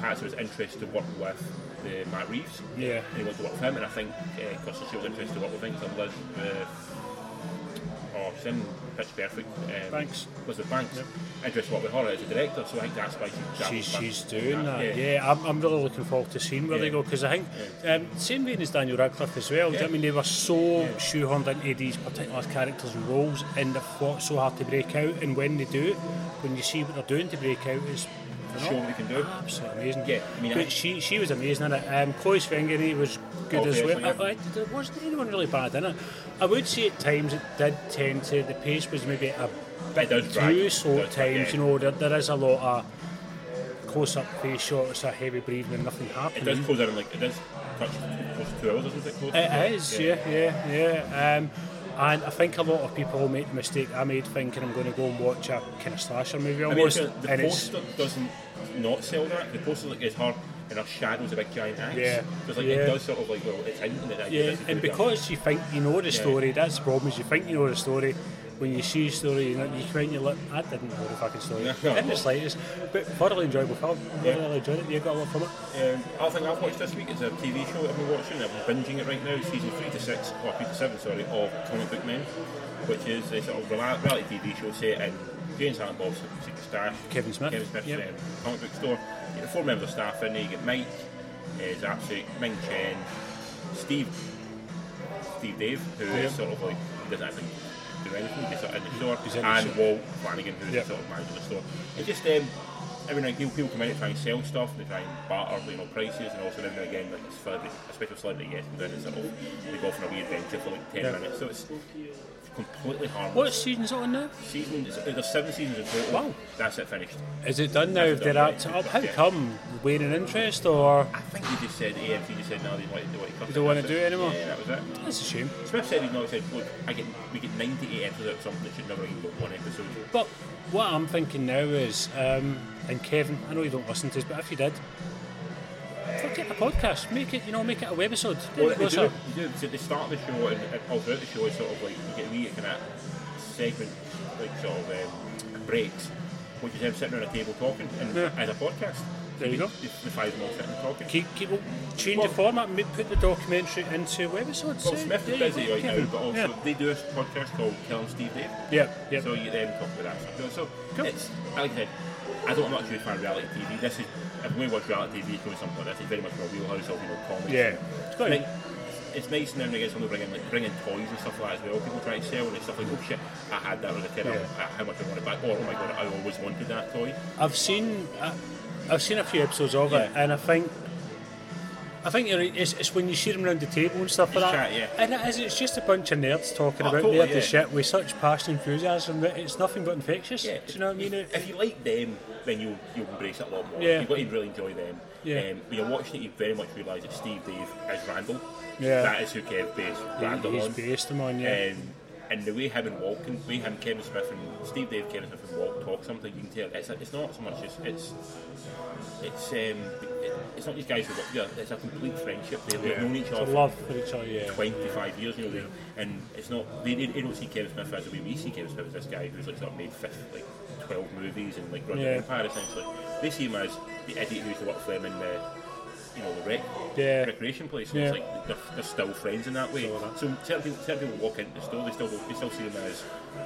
S2: Pat's was interested to work with the Matt Reeves.
S3: Yeah.
S2: And he wanted to work with him, and I think uh, Kirsten Stewart was interested to work with him. So Liz, uh, oh, she's in Pitch Perfect. Um,
S3: Banks.
S2: Elizabeth Banks. Interested to work with her as a director, so I think that's why she's
S3: She's, she's doing that. Yeah, I'm, I'm really looking forward to seeing where they
S2: Yeah.
S3: go because I think um, same vein as Daniel Radcliffe as well. do you know what I mean, they were so shoehorned into these particular characters and roles, and they've fought so hard to break out. And when they do, when you see what they're doing to break out, is
S2: Show what they can do.
S3: Absolutely amazing.
S2: Yeah, I mean,
S3: but
S2: I-
S3: she she was amazing in it. Um, Chloe Svengeri was good as well.
S2: Obviously,
S3: I, I, there wasn't anyone really bad in it. I would say at times it did tend to the pace was maybe a bit
S2: It does
S3: too
S2: drag. It
S3: slow at
S2: does drag,
S3: times.
S2: yeah.
S3: You know, there, there is a lot of close up face shots, a heavy breathing, and nothing
S2: It
S3: happening.
S2: does close out in like it does touch close to two hours, doesn't it? Close to two hours?
S3: It is, yeah, yeah, yeah. Um, and I think a lot of people make the mistake I made thinking I'm going to go and watch a kind of slasher movie
S2: I mean,
S3: almost.
S2: the, the
S3: and it's-
S2: poster doesn't not sell that. The poster like is her and her shadow's a big giant axe.
S3: Yeah.
S2: So it's like
S3: Yeah.
S2: it does sort of like well, it's hinting at that.
S3: Yeah,
S2: this is
S3: and
S2: gonna be a-
S3: because you think you know the story, that's the problem. Is you think you know the story, when you see the story, you know, you come out and you're like, I didn't know the fucking story
S2: No, no,
S3: in
S2: no.
S3: the slightest. But thoroughly enjoyable film.
S2: Yeah.
S3: Really enjoyed it. You got a lot from it.
S2: Um, I think I've watched this week. It's a TV show that I've been watching. I've been binging it right now, season three to six, or three to seven, sorry, of Comic Book Men, which is a sort of rela- reality TV show set in James Silent Bob's Secret Stash.
S3: Kevin Smith.
S2: Kevin Smith's
S3: Yep.
S2: um, comic book store. You get four members of staff in there. You get Mike, is absolute Ming Chen, Steve, Steve Dave, who is
S3: Yep.
S2: sort of like doesn't actually do anything. He's sort of in the store,
S3: He's in the
S2: and
S3: store.
S2: Walt Flanagan, who's
S3: Yep.
S2: the sort of manager of the store. It's just um, every now and again people come in and try and sell stuff. And they try and barter, you know, prices, and also every now and again like this celebrity, a special celebrity gets comes in and sort of they go for a wee adventure for like ten
S3: Yep.
S2: minutes. So it's completely harmless.
S3: What season's it on now?
S2: Season, there's seven seasons in total.
S3: Wow.
S2: That's it, finished.
S3: Is it done now?
S2: That's
S3: They're
S2: done,
S3: up to
S2: yeah.
S3: up. How
S2: Yeah.
S3: come? Waning interest or?
S2: I think he just said AMC just said no, they wanted to cut
S3: They
S2: it.
S3: don't wanna
S2: That's
S3: do it anymore?
S2: Yeah, that was it.
S3: That's a shame.
S2: Smith said he's not said, look, I get we get 98 episodes of something that should never even got one episode.
S3: But what I'm thinking now is, um, and Kevin, I know you don't listen to this, but if you did, fuck it, a podcast. Make it, you know, make it a webisode.
S2: Well, they
S3: What's
S2: do,
S3: up?
S2: they do. So at the start of the show and, and all throughout the show is sort of like you get a wee kind of segment, like sort of um, breaks, which is them sitting around a table talking and
S3: Yeah.
S2: as a podcast.
S3: There you go.
S2: The, the five of them all sitting and talking.
S3: Keep, keep oh, change
S2: Well-
S3: the format, ma- put the documentary into webisodes.
S2: well,
S3: eh?
S2: Smith is
S3: There you
S2: busy
S3: go,
S2: right now,
S3: Kevin.
S2: but also
S3: yeah,
S2: they do a podcast called Tell 'em Steve Dave.
S3: yeah, yeah.
S2: So you then talk about that stuff. So
S3: Cool.
S2: it's like I said, I don't I'm not a huge fan of reality TV. This is if we watch reality TV doing something like this, it's very much more wheelhouse of you know comedy.
S3: Yeah. It's good.
S2: Like, it's nice now and again someone bringing like bringing toys and stuff like that as well. People try to sell and it's stuff like, oh shit, I had that when I was a kid. I-
S3: Yeah.
S2: I, how much I want it back? Or oh my god, I always wanted that toy.
S3: I've seen, I, I've seen a few episodes of it,
S2: Yeah.
S3: and I think, I think you're right, it's, it's when you see them round the table and stuff like
S2: It's
S3: that.
S2: chat, yeah.
S3: And it is, it's just a bunch of nerds talking
S2: Oh,
S3: about
S2: totally,
S3: nerdy
S2: yeah.
S3: shit with such passion and enthusiasm that it's nothing but infectious. Do you know what I mean?
S2: If, if you like them, then you'll you'll embrace it a lot more.
S3: Yeah.
S2: You've got to really enjoy them.
S3: Yeah.
S2: Um, when you're watching it, you very much realise that Steve Dave is Randall.
S3: Yeah.
S2: That is who Kev based Randall
S3: he's
S2: on.
S3: based them on, yeah.
S2: Um, and the way him and Walt can, way him, Kevin Smith and Steve Dave, Kevin Smith and Walt talk something, you can tell it's, it's not so much, it's it's it's, um, it, it's not these guys who work together, it's a complete friendship. They, They've
S3: Yeah.
S2: known each
S3: It's a
S2: other for
S3: love for each other, yeah.
S2: 25 years, you know, they, and it's not, they, they, they don't see Kevin Smith as the way we see Kevin Smith as this guy who's like sort of made fifth, like 12 movies and like running
S3: Yeah.
S2: an empire essentially. They see him as the idiot who used to work for them in the, you know, the rec,
S3: Yeah.
S2: recreation place. So
S3: Yeah.
S2: It's like they're, they're still friends in that way. So certain people, certain people walk into the store, they still, they still see him as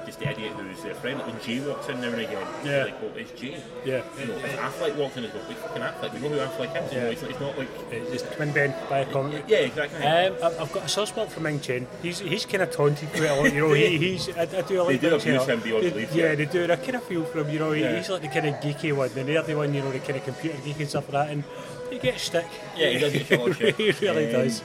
S2: just the idiot who's their friend. Like when Jay walks in now and again,
S3: Yeah.
S2: like, well, it's Jay.
S3: Yeah.
S2: You know, if Affleck walks in, it's like, we fucking Affleck, we know who Affleck is. You know,
S3: Yeah.
S2: it's, it's not like,
S3: It's just come in, Ben, buy a comic.
S2: yeah, exactly.
S3: Um, I've I've got a soft spot for Ming Chen. He's he's kind of taunted quite a lot, you know. He, he's I, I do like
S2: They do
S3: Ming Chen.
S2: abuse him beyond
S3: They-
S2: belief,
S3: Yeah,
S2: yeah.
S3: they do. And I kind of feel for him, you know. He,
S2: Yeah.
S3: He's like the kind of geeky one, the nerdy one, you know, the kind of computer geek and stuff like that. And he gets shtick.
S2: Yeah, he does get shot on shit.
S3: he really
S2: Um,
S3: does.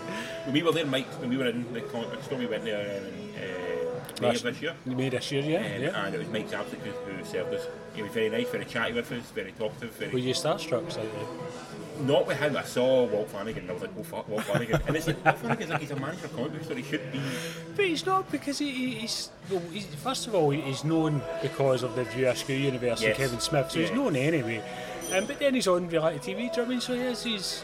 S2: When we were there, Mike, when we were in the comic book store, we went there um, in uh, May of
S3: Last-
S2: this year.
S3: You made us year, yeah,
S2: Um,
S3: yeah.
S2: And it was Mike's Zabzik who, who served us. He was very nice, very chatty with us, very talkative. Very
S3: Were you starstruck uh, slightly?
S2: Not with him, I saw Walt Flanagan and I was like, oh fuck, Walt Flanagan. and it's like, Walt Flanagan's like, he's a manager of comic book store, he should be.
S3: But he's not because he, he- he's, well, he's first of all he's known because of the Viewer School Universe
S2: Yes.
S3: and Kevin Smith, so he's
S2: Yeah.
S3: known anyway. Um, but then he's on reality TV, do you know what I mean? So he is, he's,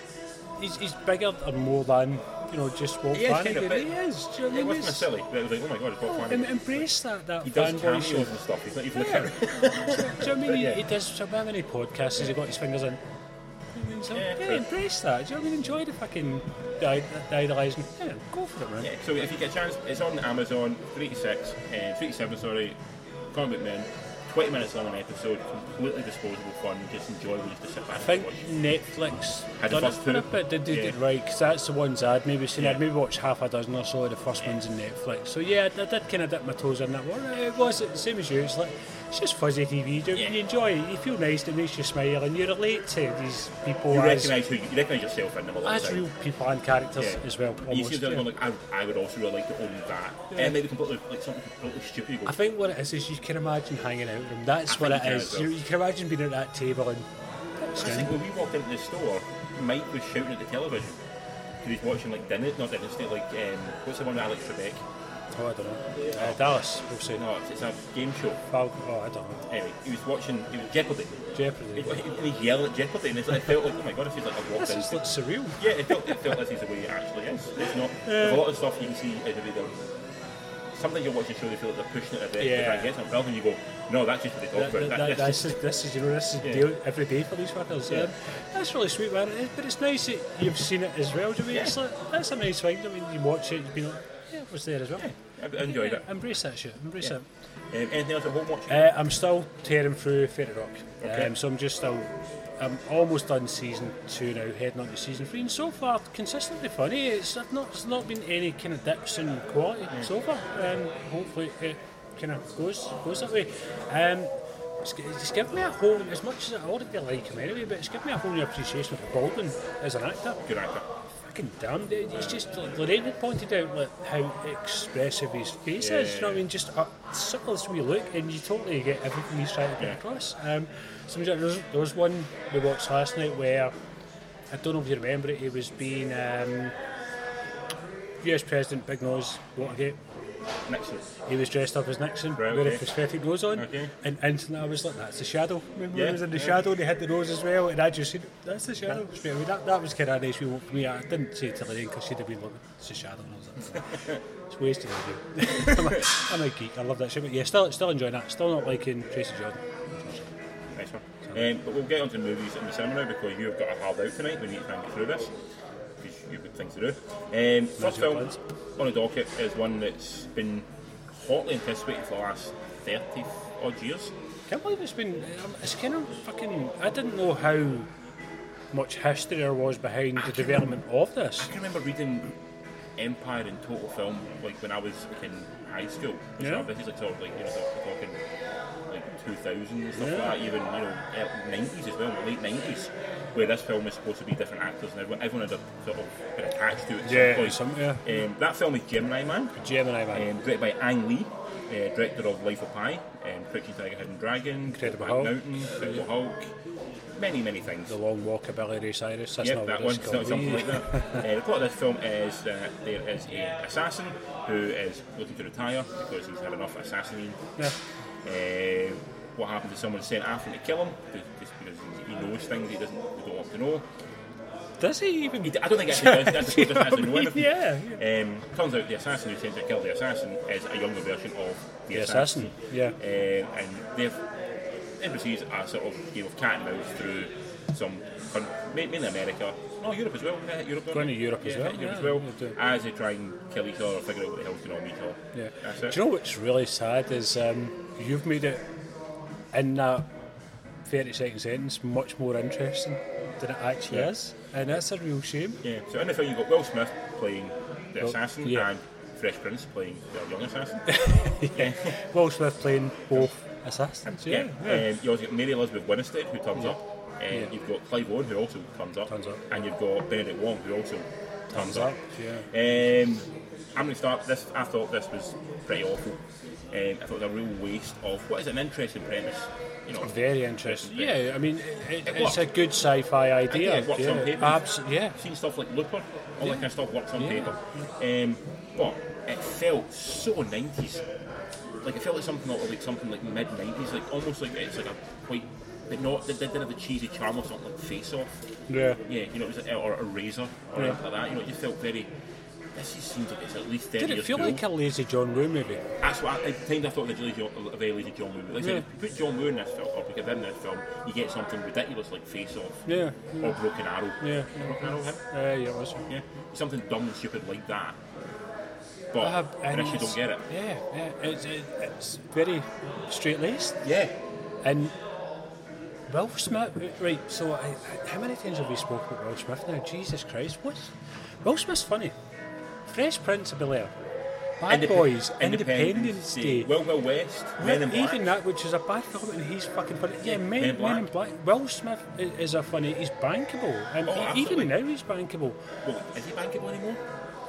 S3: he's, he's bigger and more than, you know, just Walt
S2: He is kind of
S3: Flanagan.
S2: big.
S3: he is, do you know
S2: It
S3: what I mean?
S2: wasn't a silly, but it was like, oh my god, it's Walt
S3: It's- em-
S2: Flanagan.
S3: Embrace that, that
S2: He does
S3: fanboy
S2: cameos
S3: shit.
S2: and stuff, he's not even
S3: Yeah.
S2: a
S3: do
S2: kid.
S3: you know what I mean? He-
S2: Yeah.
S3: He does so how many podcasts has he got his fingers in? I mean, so,
S2: Yeah,
S3: yeah,
S2: true.
S3: embrace that. Do you know what I mean? Enjoy the fucking the, the idolising. Yeah, go for it, man.
S2: Yeah, so if you get a chance, it's on Amazon, 36, uh, 37, sorry, Comic Book Men, 20 minutes long an episode, completely disposable fun, just enjoyable just to sit back
S3: I
S2: and
S3: think
S2: watch.
S3: Netflix
S2: Had the
S3: done it
S2: first
S3: for
S2: two.
S3: a bit, they did it
S2: Yeah.
S3: right, because that's the ones I'd maybe seen.
S2: Yeah.
S3: I'd maybe watched half a dozen or so of the first ones in Netflix. So yeah, I, I did kind of dip my toes in that one. Uh, It was the same as you. It's like it's just fuzzy TV. You,
S2: Yeah.
S3: you enjoy it. You feel nice. It makes you smile, and you relate to these people
S2: You
S3: as,
S2: recognise who you, you recognise yourself in them a lot of the
S3: as
S2: time.
S3: real people and characters
S2: Yeah.
S3: as well.
S2: You see
S3: Almost.
S2: the other
S3: yeah.
S2: one, like, I, I would also really like to own that.
S3: Yeah.
S2: And maybe completely, like something completely stupid. You go,
S3: I think what it is is you can imagine hanging out with them. That's what
S2: think
S3: it
S2: you can as
S3: is.
S2: well.
S3: You, you can imagine being at that table and.
S2: I think when we walked into the store, Mike was shouting at the television. 'Cause He was watching like dinner, not dinner, State, like um, what's the one with Alex Trebek?
S3: Oh, I don't know. Uh, Dallas, we'll say.
S2: No, it's, it's a game show.
S3: Falcon. Oh, I don't know.
S2: Anyway, he was watching. He was Jeopardy. He,
S3: Jeopardy.
S2: he, he yelled at Jeopardy, and it's like, it felt like, oh my god, this is like I walked
S3: This is
S2: into.
S3: like surreal.
S2: Yeah, it felt, it felt like this is the way it actually is. It's not. There's a lot of stuff you can see in the way they're. Sometimes you're watching a show, they feel like they're pushing it a bit.
S3: Yeah.
S2: They're trying to get something. Rather than you go, no, that's just what they talk
S3: That,
S2: about.
S3: that,
S2: That,
S3: that,
S2: that's
S3: this is this is you know this is
S2: Yeah.
S3: daily, every day for these fuckers. Yeah.
S2: Yeah.
S3: that's really sweet, man. It- but it's nice that you've seen it as well. Do you mean
S2: Yeah.
S3: it's like, that's a nice thing. I mean, you watch it, you've been like, yeah, it was there as well.
S2: I- I enjoyed
S3: Yeah,
S2: it.
S3: Embrace that shit. Embrace
S2: Yeah.
S3: it.
S2: Um, anything else at home watching?
S3: Uh, I'm still tearing through Fairy Rock.
S2: Okay.
S3: Um, so I'm just still, I'm almost done season two now, heading on to season three. And so far, consistently funny. It's I've not, it's not been any kind of dips in quality so far. Um, hopefully it kind of goes goes that way. Um, it's, g- it's given me a whole, as much as I already like him anyway, but it's given me a whole new appreciation for Baldwin as an actor
S2: Good actor.
S3: fucking damned it. It's just like Lorraine had pointed out like how expressive his face
S2: Yeah,
S3: is. You know what I mean? Just a simplest wee look, and you totally get everything he's trying to get
S2: Yeah.
S3: across. Um, so there was, there was one we watched last night where I don't know if you remember it. It was being um, U.S. President Big Nose Watergate.
S2: Nixon.
S3: He was dressed up as Nixon,
S2: Right,
S3: with
S2: okay.
S3: a prosthetic nose on,
S2: Okay.
S3: and instantly I was like, "That's the shadow." Remember when
S2: Yeah,
S3: he was in the
S2: yeah.
S3: shadow, and he had the nose as well, and I just said, "That's the shadow." Straight away, that, that was kind of a nice wee walk for me. I didn't say it to Lorraine because she'd have been like, "It's the shadow," and I was like, "It's wasted on you." I'm, a, I'm a geek. I love that shit, but yeah, still, still enjoying that. Still not liking Tracy Jordan.
S2: Nice one. Um, but we'll get on to the movies in the cinema now because you've got a hard out tonight. We need to try and get through this because you've got things to do. Um, first film
S3: plans.
S2: on the docket is one that's been hotly anticipated for the last 30 odd years.
S3: Can't believe it's been. um, It's kind of fucking. I didn't know how much history there was behind the development of this.
S2: I can remember reading Empire and Total Film like when I was like, in high school.
S3: Yeah.
S2: So this is like sort of like you know sort of talking like 2000 and stuff
S3: Yeah.
S2: like that, even you know eh, 90s as well, late 90s, where this film is supposed to be different actors and everyone, everyone had a, sort of been attached to it. At
S3: Yeah,
S2: some
S3: some-
S2: point.
S3: yeah.
S2: Um, that film is Gemini Man,
S3: Gemini man.
S2: um, directed by Ang Lee. Uh, director of Life of Pi, um, Crouching Tiger, Hidden Dragon,
S3: Incredible
S2: Black
S3: Hulk.
S2: Mountain, Incredible Hulk, many, many things.
S3: The long walk of Billy Ray Cyrus. That's
S2: Yeah,
S3: not
S2: that
S3: what
S2: one.
S3: it's
S2: It's not
S3: called.
S2: something like that. uh, the plot of this film is that there is an assassin who is looking to retire because he's had enough assassinating.
S3: Yeah.
S2: Uh, what happened to someone sent after him to kill him? Just because he knows things he doesn't we don't want to know.
S3: Does he even?
S2: He d- I don't think he actually does. That's the doesn't actually know anything.
S3: yeah.
S2: Um, turns out the assassin who sent to kill the assassin is a younger version of the,
S3: The assassin, yeah.
S2: Um, and they've embassies are sort of game of cat and mouse through some coun- ma- mainly America. No, Europe as well. They hit Europe, don't
S3: Going
S2: they?
S3: to Europe as
S2: Yeah,
S3: well,
S2: hit Europe
S3: yeah,
S2: as well.
S3: they do.
S2: As they try and kill each other or figure out what the hell's going on with each other.
S3: Yeah.
S2: That's
S3: Do
S2: it.
S3: you know what's really sad is um, you've made it in that 30 second sentence much more interesting than it actually
S2: Yeah.
S3: is, and that's a real shame.
S2: Yeah. So in the film you've got Will Smith playing the
S3: Well,
S2: assassin
S3: yeah.
S2: and Fresh Prince playing the young assassin.
S3: Will Smith playing both assassins. Yeah.
S2: Yeah.
S3: yeah.
S2: Um, you also got Mary Elizabeth Winstead who turns up. Um,
S3: Yeah.
S2: You've got Clive Owen who also turns up.
S3: Turns up.
S2: And you've got Benedict Wong who also turns,
S3: Turns up,
S2: up. Um, I'm going to start this. I thought this was pretty awful. Um, I thought it was a real waste of what is an interesting premise. You know,
S3: Very interesting.
S2: premise.
S3: Yeah, I mean, it,
S2: It
S3: it's
S2: worked.
S3: a good sci-fi idea.
S2: Yeah, it works
S3: yeah.
S2: on paper.
S3: Abs- yeah.
S2: I've seen stuff like Looper, all that kind of stuff works on
S3: Yeah.
S2: paper. Um, but it felt so 90s. Like it felt like something like, like something like mid 90s, like almost like it's like a quite, but not, they didn't have the cheesy charm of something like Face Off.
S3: Yeah.
S2: Yeah, you know, it was like, or a razor or
S3: Yeah.
S2: anything like that. You know, it just felt very. This just seems like it's at least 30
S3: Did it
S2: years
S3: feel
S2: old.
S3: like a lazy John Woo movie?
S2: That's what I, at the time I thought it was really John, a very lazy John Woo. movie. Like I said, if you put John Woo in this film, or because in this film, you get something ridiculous like Face Off
S3: Yeah.
S2: or Broken Arrow.
S3: Yeah.
S2: Broken Arrow, him?
S3: Uh, yeah, it was.
S2: Yeah. Something dumb and stupid like that. But
S3: Uh,
S2: I
S3: and
S2: actually don't
S3: it's-
S2: get it.
S3: Yeah, yeah. It's, it, it's very straight laced.
S2: Yeah.
S3: And Will Smith, right? So, I, I- how many times have we spoken about Will Smith now? Jesus Christ, what? Will Smith's funny. Fresh Prince of Bel Air, Bad Boys, Independence Day.
S2: Well, Will West, Men in Black.
S3: Even that, which is a bad film, and he's fucking funny. Yeah, Men,
S2: Men in
S3: Men in Black. Will Smith i- is a funny. He's bankable, and
S2: Oh,
S3: e-
S2: absolutely.
S3: even now he's bankable.
S2: Well, is he bankable anymore?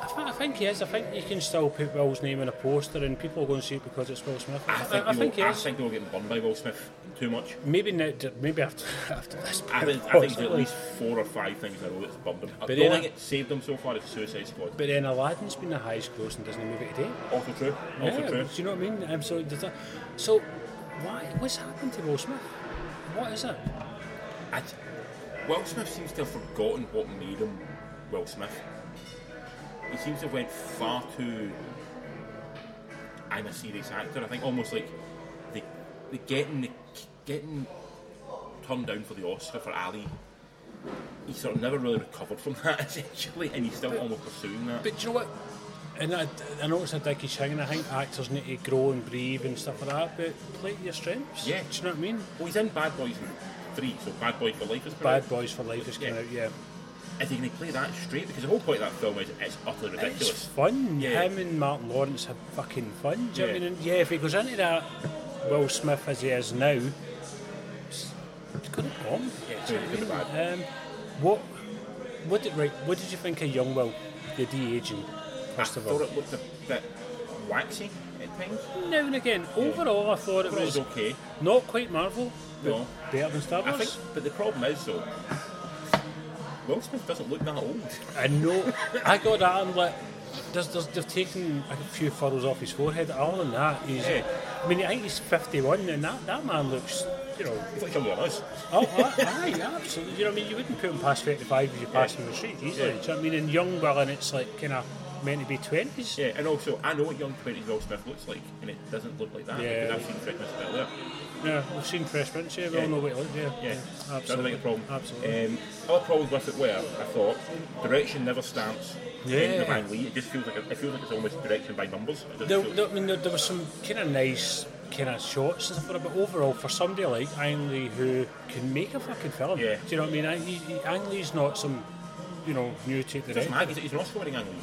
S3: I, th- I think he is. I think you can still put Will's name on a poster, and people will go and see it because it's Will Smith.
S2: I think,
S3: I,
S2: they
S3: think
S2: were,
S3: he
S2: I
S3: is.
S2: think they were getting burned by Will Smith too much.
S3: Maybe now, maybe after after this.
S2: I think, I think there's at least four or five things in a row that's bumped them. I
S3: But
S2: don't
S3: then
S2: think
S3: I-
S2: it saved them so far. It's Suicide Squad.
S3: But then Aladdin's been the highest grossing Disney movie today.
S2: Also true. Also
S3: yeah,
S2: true.
S3: Do you know what I mean? Um, so, does that- so why, what's happened to Will Smith? What is it?
S2: I, Will Smith seems to have forgotten what made him Will Smith. He seems to have went far too. I'm a serious actor. I think almost like the, the getting the, getting turned down for the Oscar for Ali. He sort of never really recovered from that essentially, and he's still almost pursuing that.
S3: But do you know what? And I, I know it's a dicky thing, and I think actors need to grow and breathe and stuff like that, but play to your strengths.
S2: Yeah.
S3: Do you know what I mean?
S2: Well, he's in Bad Boys Three, so Bad Boy for Life is coming
S3: Bad
S2: out.
S3: Boys for Life has come
S2: Yeah.
S3: out, yeah.
S2: Is he going to play that straight? Because the whole point of that film is it's utterly ridiculous.
S3: It's fun.
S2: Yeah.
S3: Him and Martin Lawrence have fucking fun. Do you
S2: Yeah.
S3: know what I mean? And yeah, if he goes into that Will Smith as he is now, it's going to bomb.
S2: Yeah, it's really good bad.
S3: Um, what, what did right? What did you think of Young Will, the de aging? First
S2: I
S3: of all,
S2: thought it looked a bit waxy at times.
S3: now and again. Overall, I thought it
S2: Overall, it
S3: was
S2: was okay.
S3: not quite Marvel, but
S2: No.
S3: better than Star
S2: I
S3: Wars.
S2: think, but the problem is though, Will Smith doesn't look that old.
S3: I know. I got that and like, there's, there's, they've taken a few furrows off his forehead. Other than that, he's.
S2: Yeah.
S3: I mean, I think he's 51, and that, that man looks, you know.
S2: He's like younger than us.
S3: Oh, aye, aye, absolutely. You know, what I mean, you wouldn't put him past 55 if you passed him in the street easily.
S2: Yeah.
S3: Do you know what I mean? And young Will, and it's like kind of meant to be 20s.
S2: Yeah, and also I know what young twenty Will Smith looks like, and it doesn't look like that
S3: Yeah.
S2: because I've seen Christmas about there.
S3: Yeah, we've seen Fresh Prince, yeah, we all know what it looks yeah.
S2: Yeah, that's a
S3: absolutely.
S2: big problem.
S3: Absolutely.
S2: Um, other problems with it were, I thought, direction never stamps.
S3: Yeah.
S2: The Van Lee, it just feels like a, it feels like it's almost direction by numbers. It doesn't
S3: There,
S2: feel-
S3: there, I mean, there, there was some kind of nice kind of shots and stuff like that, but overall, for somebody like Ang Lee who can make a fucking film,
S2: Yeah.
S3: do you know what I mean? I, he, he, Ang Lee's not some, you know, new take the
S2: Doesn't
S3: right.
S2: matter. He's, he's an Oscar-winning angle.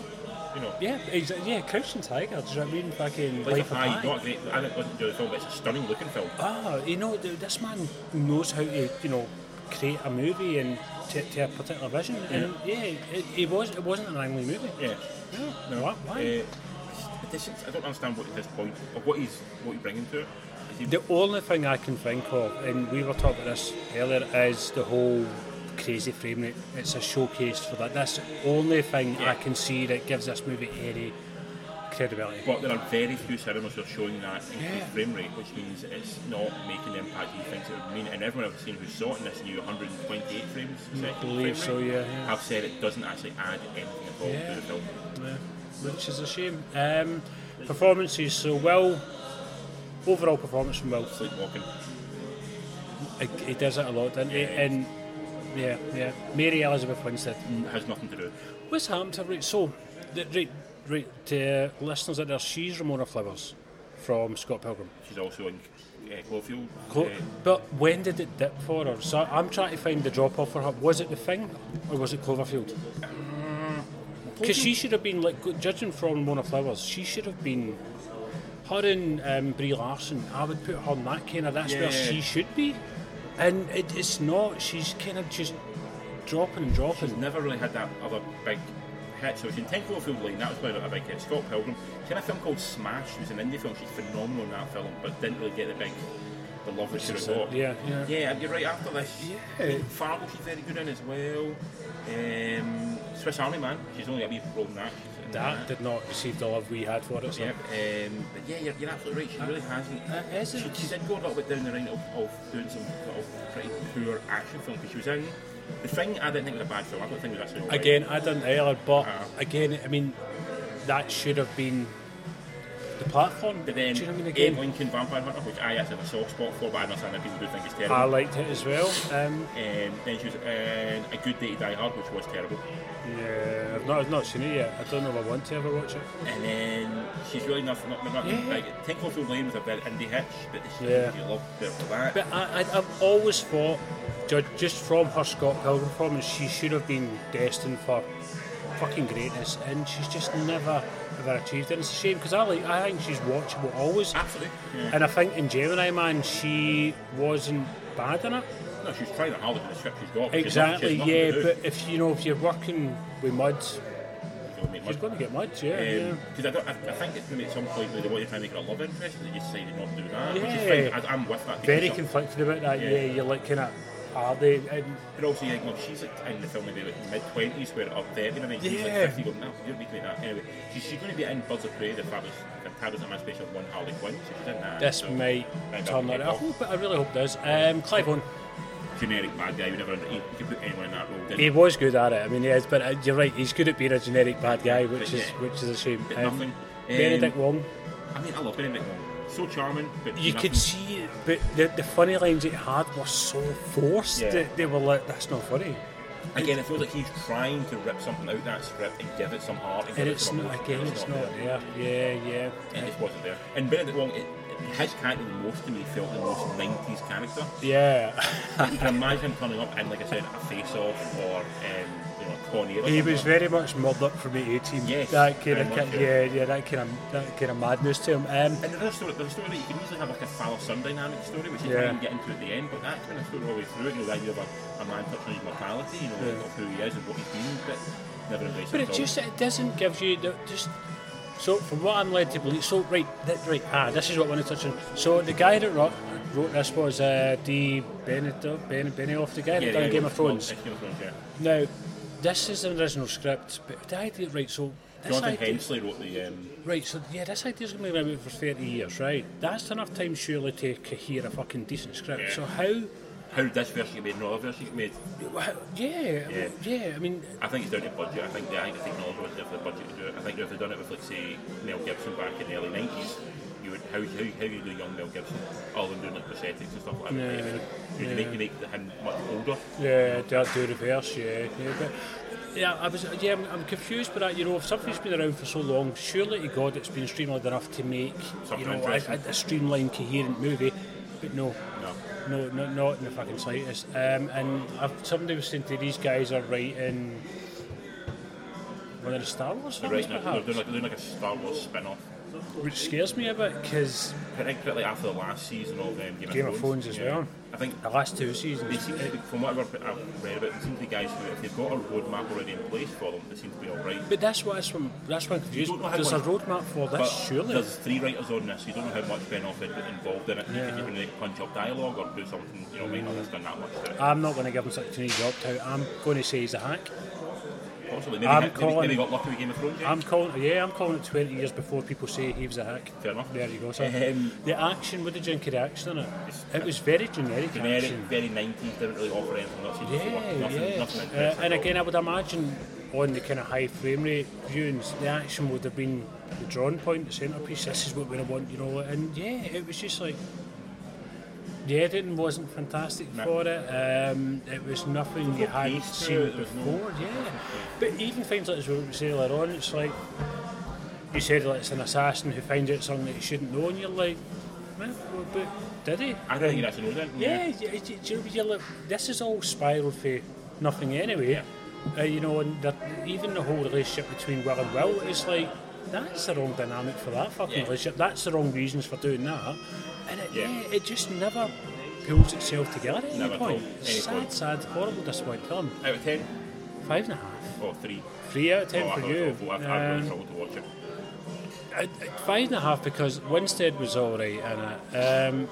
S2: You know,
S3: Yeah, he's, yeah, Crouching Tiger, do you know what I mean? Fucking
S2: Life
S3: Life
S2: of Pi,
S3: of Pi.
S2: not a great. I didn't wasn't do the film, but it's a stunning looking film.
S3: Ah, you know, th- this man knows how to, you know, create a movie and to, to a particular vision, and yeah, it, it, was, it wasn't an Ang Lee movie.
S2: Yeah.
S3: No,
S2: No. Eh,
S3: why? why?
S2: Uh, it doesn't- I don't understand what at this point of what he's what he's bringing to it. Is he,
S3: The only thing I can think of, and we were talking about this earlier, is the whole crazy frame rate. It's a showcase for that. That's the only thing
S2: Yeah.
S3: I can see that gives this movie any credibility.
S2: but there are very few cinemas that are showing that increased
S3: Yeah.
S2: frame rate, which means it's not making the impact you think it would mean. And everyone I've seen who saw it in this new 128 frames, a second
S3: Mm,
S2: frame
S3: believe so,
S2: rate,
S3: yeah, yeah.
S2: have said it doesn't actually add anything at all
S3: Yeah.
S2: to the film.
S3: Yeah, which is a shame. Um, performances. So Will, overall performance from Will.
S2: Sleepwalking.
S3: He- He does it a lot, doesn't he?
S2: Yeah.
S3: And yeah, yeah. Mary Elizabeth Winstead.
S2: has nothing to do.
S3: What's happened to right? So, the, right, right to listeners out there, she's Ramona Flowers from Scott Pilgrim.
S2: She's also in uh, Cloverfield.
S3: Co-
S2: Uh,
S3: But when did it dip for her? So I'm trying to find the drop off for her. Was it the thing, or was it Cloverfield?
S2: Mm.
S3: Because she should have been like, go- judging from Mona Flowers, she should have been. Her and um, Brie Larson, I would put her in that kind of. That's
S2: Yeah.
S3: where she should be, and it, it's not. She's kind of just dropping and dropping.
S2: She's never really had that other big hit. So she's in 10 Cloverfield Lane, that was quite a big hit. Scott Pilgrim. She had a film called Smash, it was an indie film, she's phenomenal in that film, but didn't really get the big, the love that she
S3: She's
S2: would
S3: a-
S2: got.
S3: yeah, yeah.
S2: Yeah, you're right, after this.
S3: Yeah.
S2: Fargo she's very good in as well. Um, Swiss Army Man, she's only a wee role in that. She's in
S3: That did not receive the love we had for it. So.
S2: Yeah, um, but yeah, you're, you're absolutely right. She really hasn't.
S3: that Uh, is it.
S2: She, she did go a little bit down the line of, of doing some sort of pretty poor action film because she was in. The thing I didn't think was a bad film. I don't think it was actually. all right.
S3: Again, I didn't either, but
S2: Uh-huh.
S3: again, I mean, that should have been the platform.
S2: But then,
S3: Do you know what I mean?
S2: Abe
S3: Again,
S2: Lincoln Vampire Hunter, which I actually have a soft spot for, but I understand that people do think it's terrible.
S3: I
S2: Um,
S3: liked it as well. Um,
S2: then she was in A Good Day to Die Hard, which was terrible.
S3: yeah, I've not, I've not seen it yet. I don't know if I want to ever watch it.
S2: And then she's really nothing. Not, not,
S3: Yeah.
S2: like, Tinklefield Lane was a very indie hitch, but she,
S3: Yeah.
S2: she loved her for that.
S3: But I, I, I've always thought, ju- just from her Scott Pilgrim performance, she should have been destined for fucking greatness, and she's just never ever achieved it. And it's a shame because I like, I think she's watchable always.
S2: Absolutely. Yeah.
S3: And I think in Gemini Man, she wasn't bad in it.
S2: No, she's trying to hard with the script she's got. which is nothing- she
S3: Exactly,
S2: has nothing
S3: yeah.
S2: to do.
S3: But if you know, if you're working with mud,
S2: She's gonna make
S3: you're
S2: money.
S3: going to get mud.
S2: Um,
S3: Yeah, yeah.
S2: Because I, don't- I, I think it's maybe at some point where they want to try and make it a love interest, and they just decided not to do that. Which is
S3: Yeah.
S2: fine. I, I'm with that.
S3: Very
S2: because
S3: conflicted about that. Yeah,
S2: Yeah.
S3: you're like kind of are they? And
S2: But also, you think, well, she's like in the film maybe like mid twenties, where up there, you know, what I mean, she's
S3: Yeah.
S2: like fifty, going, no, you're making it that anyway. She's, she's going to be in Birds of Prey if that was if that was an emancipation of one Harley Quinn. So she's in that.
S3: this
S2: so,
S3: might
S2: might
S3: turn
S2: not be
S3: that. I hope. I really hope it does. Um, Clive Owen,
S2: generic bad guy. You never you, you could put anyone in that role. Didn't
S3: he
S2: you?
S3: was good at it. I mean, he is. But uh, you're right. He's good at being a generic bad guy, which
S2: But
S3: is
S2: yeah.
S3: which is a shame.
S2: But
S3: Um,
S2: nothing.
S3: Benedict
S2: Um,
S3: Wong.
S2: I mean, I love Benedict Wong. So charming, but
S3: You
S2: nothing.
S3: could see, but the, the funny lines it had were so forced.
S2: Yeah.
S3: That they were like, "That's not funny,"
S2: again. It feels like he's trying to rip something out that script and give it some heart. And, give
S3: and
S2: it
S3: it's
S2: some
S3: not.
S2: emotion,
S3: Again,
S2: and
S3: it's not there. Yeah, yeah.
S2: and it wasn't there. And Benedict Wong, it, it- his character the most to me felt the most 90s character.
S3: Yeah.
S2: You can imagine him turning up in, like I said, a face-off or um, you know, Con Air. or
S3: He
S2: something.
S3: was very much mobbed up from the 18.
S2: Yes,
S3: that kind of,
S2: very much,
S3: yeah, yeah, that kind of, that kind of madness to him. Um,
S2: And there's a story, there's a story that you can usually have like a father-son dynamic story, which you
S3: Yeah.
S2: try and get into at the end, but that's been a story all the way through it, you know, that idea of a, a man touching his mortality, you know,
S3: Yeah.
S2: of who he is and what he's been, but never embraced
S3: but
S2: it
S3: it
S2: at
S3: just, it doesn't give you the, just. So from what I'm led to believe, so right, that, right, ah, this is what I want to touch on. So the guy that wrote, wrote this was uh, D. Benedict, ben, Benioff, the guy
S2: all.
S3: that done Game of Thrones.
S2: Game of Thrones, yeah.
S3: Now, this is an original script, but the idea, right? So this
S2: Jonathan
S3: idea,
S2: Hensley wrote the, um,
S3: right? So yeah, this idea's going to be around for 30 years, right? That's enough time surely to cohere a fucking decent script.
S2: Yeah.
S3: So how?
S2: how did this version get made and another version get made.
S3: Well, yeah, yeah,
S2: Yeah.
S3: yeah. I mean,
S2: I think it's down to budget. I think the, I think the technology wasn't there for the budget to do it. I think if they'd done it with, like, say, Mel Gibson back in the early 90s, you would, how, how, how you do young Mel Gibson? All them doing like prosthetics and stuff like that.
S3: Yeah,
S2: Like, you
S3: yeah.
S2: make, you make him much older.
S3: yeah, they'll do reverse, yeah, yeah. But yeah, I was, yeah, I'm, I'm confused by that. You know, if something's been around for so long, surely to God it's been streamlined enough to make
S2: Something
S3: you know a, a,
S2: interesting.
S3: a streamlined, coherent movie. But no,
S2: No.
S3: no, no not in the fucking slightest. Um, and I've, somebody was saying to these guys are writing one of the Star Wars
S2: They're,
S3: films,
S2: writing a, they're,
S3: perhaps.
S2: doing like, they're doing like a Star Wars spin off.
S3: which scares me a bit because
S2: particularly after the last season of um, Game,
S3: Game of Thrones as
S2: yeah.
S3: well.
S2: I think
S3: the last two
S2: they
S3: seasons,
S2: seem to, be- from what I've I've read about, it, they seem to be guys who, if they've got a roadmap already in place for them, they seem to be all right.
S3: but that's why I'm that's why I'm confused.
S2: You don't know how
S3: There's a
S2: much-
S3: roadmap for
S2: But
S3: this, surely.
S2: there's three writers on this. You don't know how much Ben Off had been involved in it. You could even like, punch up dialogue or do something. You know, might not have done that much. To it.
S3: I'm not going to give him such an easy opt out. I'm going to say he's a hack.
S2: Possibly. Maybe,
S3: I'm
S2: maybe,
S3: calling-
S2: maybe got lucky with Game of Thrones. eh? Yeah?
S3: I'm calling, yeah, I'm calling it 20 years before people say he was a hack.
S2: Fair enough.
S3: There you go, sir.
S2: Um,
S3: the action, what did you think of the action in it?
S2: It's-
S3: It was very generic,
S2: Generic,
S3: action.
S2: very 90s, didn't really offer anything. Nothing,
S3: Yeah,
S2: nothing,
S3: yeah.
S2: nothing
S3: Uh,
S2: interesting
S3: and
S2: at all.
S3: again, I would imagine on the kind of high frame rate viewings, the action would have been the drawing point, the centrepiece. This is what we want, you know. And yeah, it was just like the editing wasn't fantastic
S2: No.
S3: for it. Um, it was nothing
S2: no
S3: you hadn't
S2: pace to it,
S3: seen
S2: there was no-
S3: before. Yeah, but even things like as we were saying earlier on, it's like you said like, it's an assassin who finds out something that he shouldn't know, and you're like, well, but did he?
S2: I don't think he actually knows that.
S3: Yeah, you- you- you know, you're like, this is all spiraled for nothing anyway. Uh, you know, and that, even the whole relationship between Will and Will, it's like, that's the wrong dynamic for that fucking
S2: Yeah.
S3: relationship. That's the wrong reasons for doing that. And it,
S2: Yeah.
S3: yeah. it just never pulls itself together at any
S2: Never at
S3: point.
S2: all, any
S3: sad,
S2: point.
S3: sad, horrible disappointing film.
S2: Out of 10
S3: Five and a half.
S2: or 3.
S3: Three out of ten
S2: oh, I
S3: for
S2: thought
S3: you.
S2: it was awful. I've, I've really
S3: Um,
S2: struggled to watch it.
S3: I- I- five and a half because Winstead was all right in it. Um,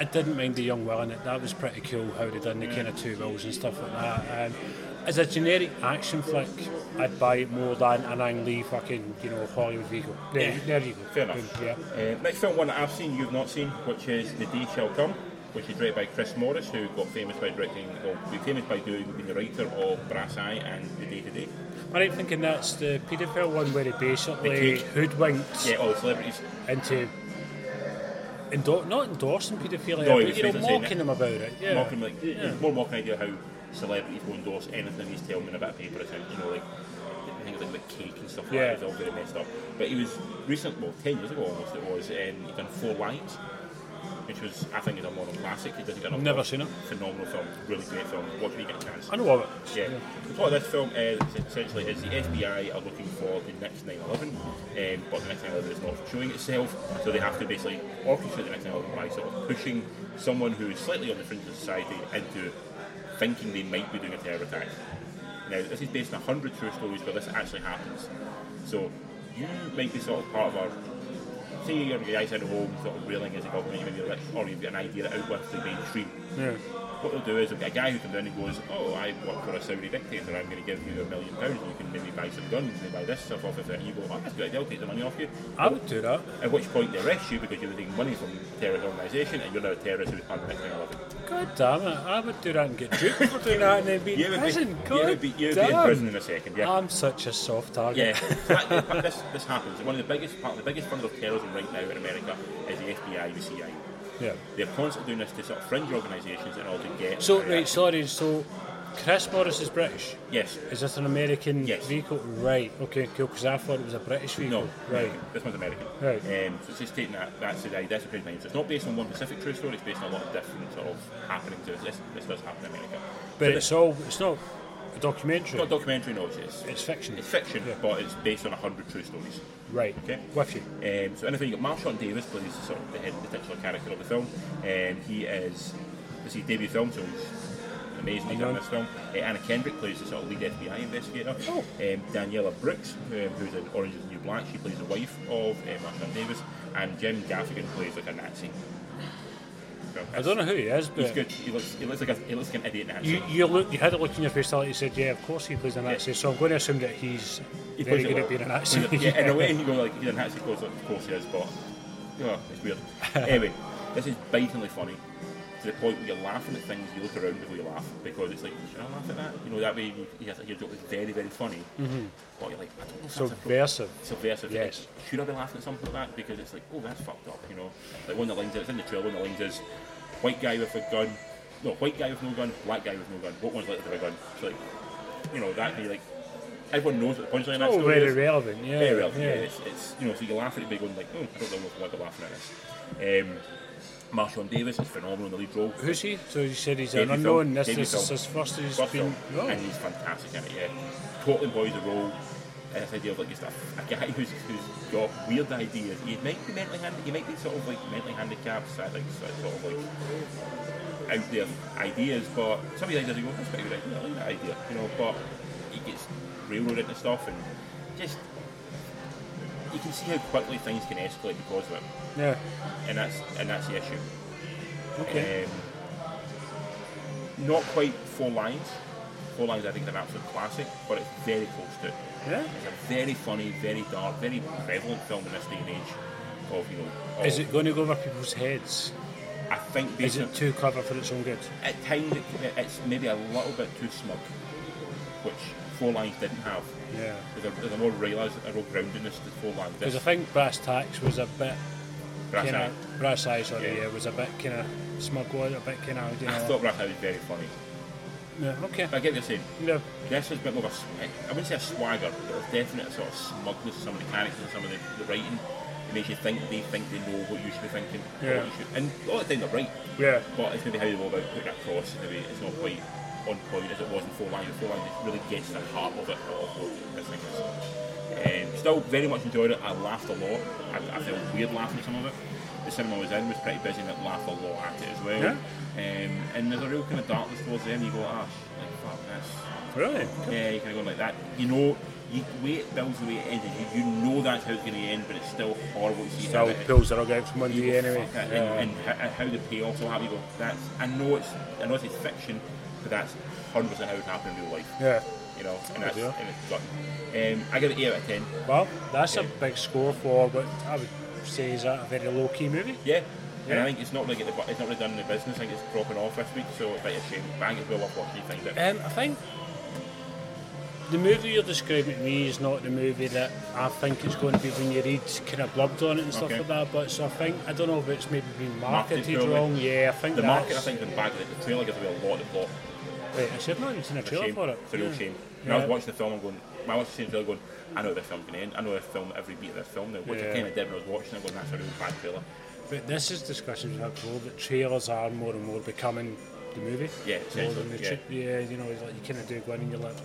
S3: I didn't mind the young Will in it. That was pretty cool how they done the kind of two wills and stuff like that. Um, as a generic action flick, I'd buy it more than an Ang Lee fucking you know Hollywood vehicle. There,
S2: Yeah.
S3: there you go.
S2: Fair enough.
S3: Boom, Yeah.
S2: Uh, next film, one that I've seen, you've not seen, which is The Day Shall Come, which is directed by Chris Morris, who got famous by directing, or be famous by doing, being the writer of Brass Eye and The Day to Day.
S3: I'm right in thinking that's the paedophile one where he
S2: They
S3: basically
S2: took-
S3: hoodwinked
S2: Yeah, all the celebrities.
S3: into. Endor- not endorsing paedophilia,
S2: No, he
S3: but
S2: was
S3: you know,
S2: basically saying
S3: mocking
S2: it.
S3: them about it. Yeah.
S2: Mocking, like,
S3: Yeah.
S2: It's more mocking idea how celebrities will endorse anything he's telling them about paper. It's like, you know, like, I think it was like the cake and stuff like
S3: Yeah.
S2: that. It was all very messed up. But he was recent, well, 10 years ago almost, it was, um, he'd done Four Lions, which was, I think, is a modern classic. He doesn't get enough
S3: Never
S2: love.
S3: seen it.
S2: Phenomenal film, really great film. Watch it when you get a chance.
S3: I know of it.
S2: Yeah. The plot of this film is essentially is the FBI are looking for the next 9/11, um, but the next 9/11 is not showing itself, so they have to basically orchestrate the next 9/11 by sort of pushing someone who is slightly on the fringe of society into thinking they might be doing a terror attack. Now, this is based on 100 true stories where this actually happens. So, you might be sort of part of our say you're the guys at home sort of railing as a government, you maybe like, or you've got an idea out with the mainstream.
S3: Yeah.
S2: What they'll do is they'll get a guy who comes in and goes, Oh, I work for a Saudi dictator, I'm going to give you a million pounds, and you can maybe buy some guns, and buy this stuff off of it, and you go, Oh, that's a good idea, I'll take the money off you.
S3: I would do that.
S2: At which point they arrest you because you were taking money from a terrorist organisation and you're now a terrorist who's part of the next thing I love.
S3: God damn it, I would do that and get duped for doing that and then be
S2: You
S3: in
S2: would
S3: prison.
S2: be,
S3: God
S2: you would be, you would be
S3: damn.
S2: in prison in a second, yeah.
S3: I'm such a soft target.
S2: Yeah, so that- this, this happens. One of the biggest part, the biggest fund of terrorism right now in America is the FBI, the CIA.
S3: Yeah.
S2: They're constantly doing this to sort of fringe organisations in order to get.
S3: So, right, sorry, so Chris Morris is British.
S2: Yes.
S3: Is this an American
S2: Yes.
S3: vehicle? Right, okay, cool, because I thought it was a British vehicle.
S2: No.
S3: Right.
S2: American. This one's American.
S3: Right.
S2: Um, so it's just taking that. That's the idea. That's the premise. It's not based on one specific true story. It's based on a lot of different sort of happenings. This, this, this does happen in America.
S3: But it's all, it's not a documentary.
S2: It's not a documentary. No, it's it's,
S3: it's fiction.
S2: it's fiction,
S3: Yeah.
S2: but it's based on hundred true stories.
S3: Right,
S2: Okay.
S3: with you.
S2: Um, so anything, you've got Marshawn Davis plays sort of the head, the titular character of the film. Um, he is, this is his debut film, so he's amazing he's in this film. Uh, Anna Kendrick plays the sort of lead FBI investigator.
S3: Oh.
S2: Um, Daniela Brooks, um, who's in Orange is the New Black, she plays the wife of uh, Marshawn Davis. And Jim Gaffigan plays like a Nazi. So
S3: I don't know who he is,
S2: He's
S3: but
S2: good. He looks, he looks like a, he looks like an idiot Nazi.
S3: you, you look, you had a look in your face like you said, yeah, of course he plays an Nazi, so I'm going to assume that he's
S2: He plays
S3: very
S2: it
S3: good
S2: well.
S3: at being an Nazi.
S2: yeah, in a way, you go like he's an Nazi, of course, of course he is, but you know, it's weird. anyway, this is bitantly funny to the point where you're laughing at things. You look around before you laugh because it's like, should I laugh at that? You know, that way you, you have, your joke is very, very funny, but you're like, I don't know. if that's appro-
S3: Subversive.
S2: subversive.
S3: Yes.
S2: Like, should I be laughing at something like that? Because it's like, oh, that's fucked up, you know. Like one of the lines, it's in the trailer, one of the lines is, white guy with a gun, no, white guy with no gun, black guy with no gun. What one's likely to have a gun? So like, you know, that be like, everyone knows what the punchline
S3: Oh,
S2: is.
S3: very relevant, yeah.
S2: Very relevant. Yeah.
S3: yeah.
S2: It's, it's, you know, so you laugh at it by going like, oh, I don't know what they're laughing at this. Um, Marshawn Davis is phenomenal in the lead role.
S3: Who's he? So you said he's an
S2: Debut
S3: unknown.
S2: film,
S3: This,
S2: debut
S3: this is
S2: film.
S3: his first. He's
S2: First
S3: been. Oh,
S2: film, and he's fantastic in it. Yeah, totally embodies the role. And this idea of like just a, a guy who's, who's got weird ideas. He might be mentally handicapped. He might be sort of like mentally handicapped, so, like so- sort of like out there ideas, but some of the ideas you go, that's quite a good idea, I like that idea, you know, but he gets railroaded into stuff and just, you can see how quickly things can escalate because of it,
S3: Yeah.
S2: and that's, and that's the issue.
S3: Okay.
S2: Um, not quite four lines. Four lines, I think, is an absolute classic, but it's very close to it.
S3: Yeah.
S2: It's a very funny, very dark, very prevalent film in this day and age of, you know, of,
S3: Is it going to go over people's heads?
S2: I think
S3: Is
S2: based on-
S3: it too clever for its own good?
S2: at times it, it's maybe a little bit too smug, which Four Lines didn't have.
S3: Yeah.
S2: There's a, there's a more realised, a real groundedness to Four Lines.
S3: Because I think Brass Tacks was a bit
S2: Brass
S3: kinda,
S2: Eye.
S3: Brass Eye, sorry,
S2: Yeah.
S3: yeah. was a bit kind of smug, was a bit kind of you know.
S2: I thought Brass Eye was very funny.
S3: yeah, okay.
S2: I get what you're saying.
S3: Yeah.
S2: This is a bit more of a, sw- I wouldn't say a swagger, but there's definitely a sort of smugness to some of the characters and some of the, the writing. It makes you think they think they know what you should be thinking. or
S3: Yeah.
S2: What you should, and a lot of the time they're right,
S3: Yeah.
S2: but it's maybe how they go about putting it across. Maybe it's not quite on point as it was in Four Lines. Four Lines it really gets to the heart of it, of what this thing is. Um, still very much enjoyed it. I laughed a lot. I, I felt weird laughing at some of it. The cinema I was in was pretty busy and it laughed a lot at it as well.
S3: Yeah.
S2: Um, and there's a real kind of darkness towards the end. You go, ah, sh- like, fuck, that's
S3: Really?
S2: yeah, you kind of go like that. You know, you, the way it builds, the way it ends, is you, you know that's how it's going to end, but it's still horrible. You see how
S3: Still
S2: it-
S3: pulls the rug out from under
S2: you
S3: you
S2: go,
S3: anyway.
S2: "Fuck it,"
S3: Yeah.
S2: and, and ho- how the payoffs will happen. You go, that's. I know it's. I know it's fiction, but that's hundred percent how it happened in real life.
S3: yeah.
S2: You know, and that's
S3: Yeah.
S2: and it's gutting. Um, I give it eight out of ten.
S3: Well, that's a
S2: Yeah.
S3: big score for what I would say is a very low key movie.
S2: Yeah. And
S3: Yeah.
S2: I think it's not really get the, bu- it's not really done in the business. I think it's dropping off this week, so it's a bit of a shame. But I think it's well worth watching. You find it.
S3: Um, I think the movie you're describing to me is not the movie that I think it's going to be when you read kind of blubbed on it and stuff
S2: Okay.
S3: like that. But so I think I don't know if it's maybe been
S2: Marketed
S3: marketed,
S2: poorly.
S3: wrong. Yeah, I think
S2: The
S3: that's,
S2: market, I think, in back of it, the trailer gives away a lot of the plot.
S3: Wait, I should not have seen a trailer
S2: shame.
S3: for it.
S2: It's a real
S3: Yeah.
S2: shame. When I
S3: Yeah.
S2: was watching the film, I'm going, when I was seeing the trailer going, I know this film's going to end. I know this film, every beat of this film now, which I
S3: Yeah.
S2: kind of did when I was watching it, going, that's a real bad trailer.
S3: But this is discussions we've had before that trailers are more and more becoming the movie.
S2: Yeah,
S3: more
S2: essentially,
S3: than the
S2: yeah.
S3: Tri- yeah, you know, it's like you kind of do go in and you're like,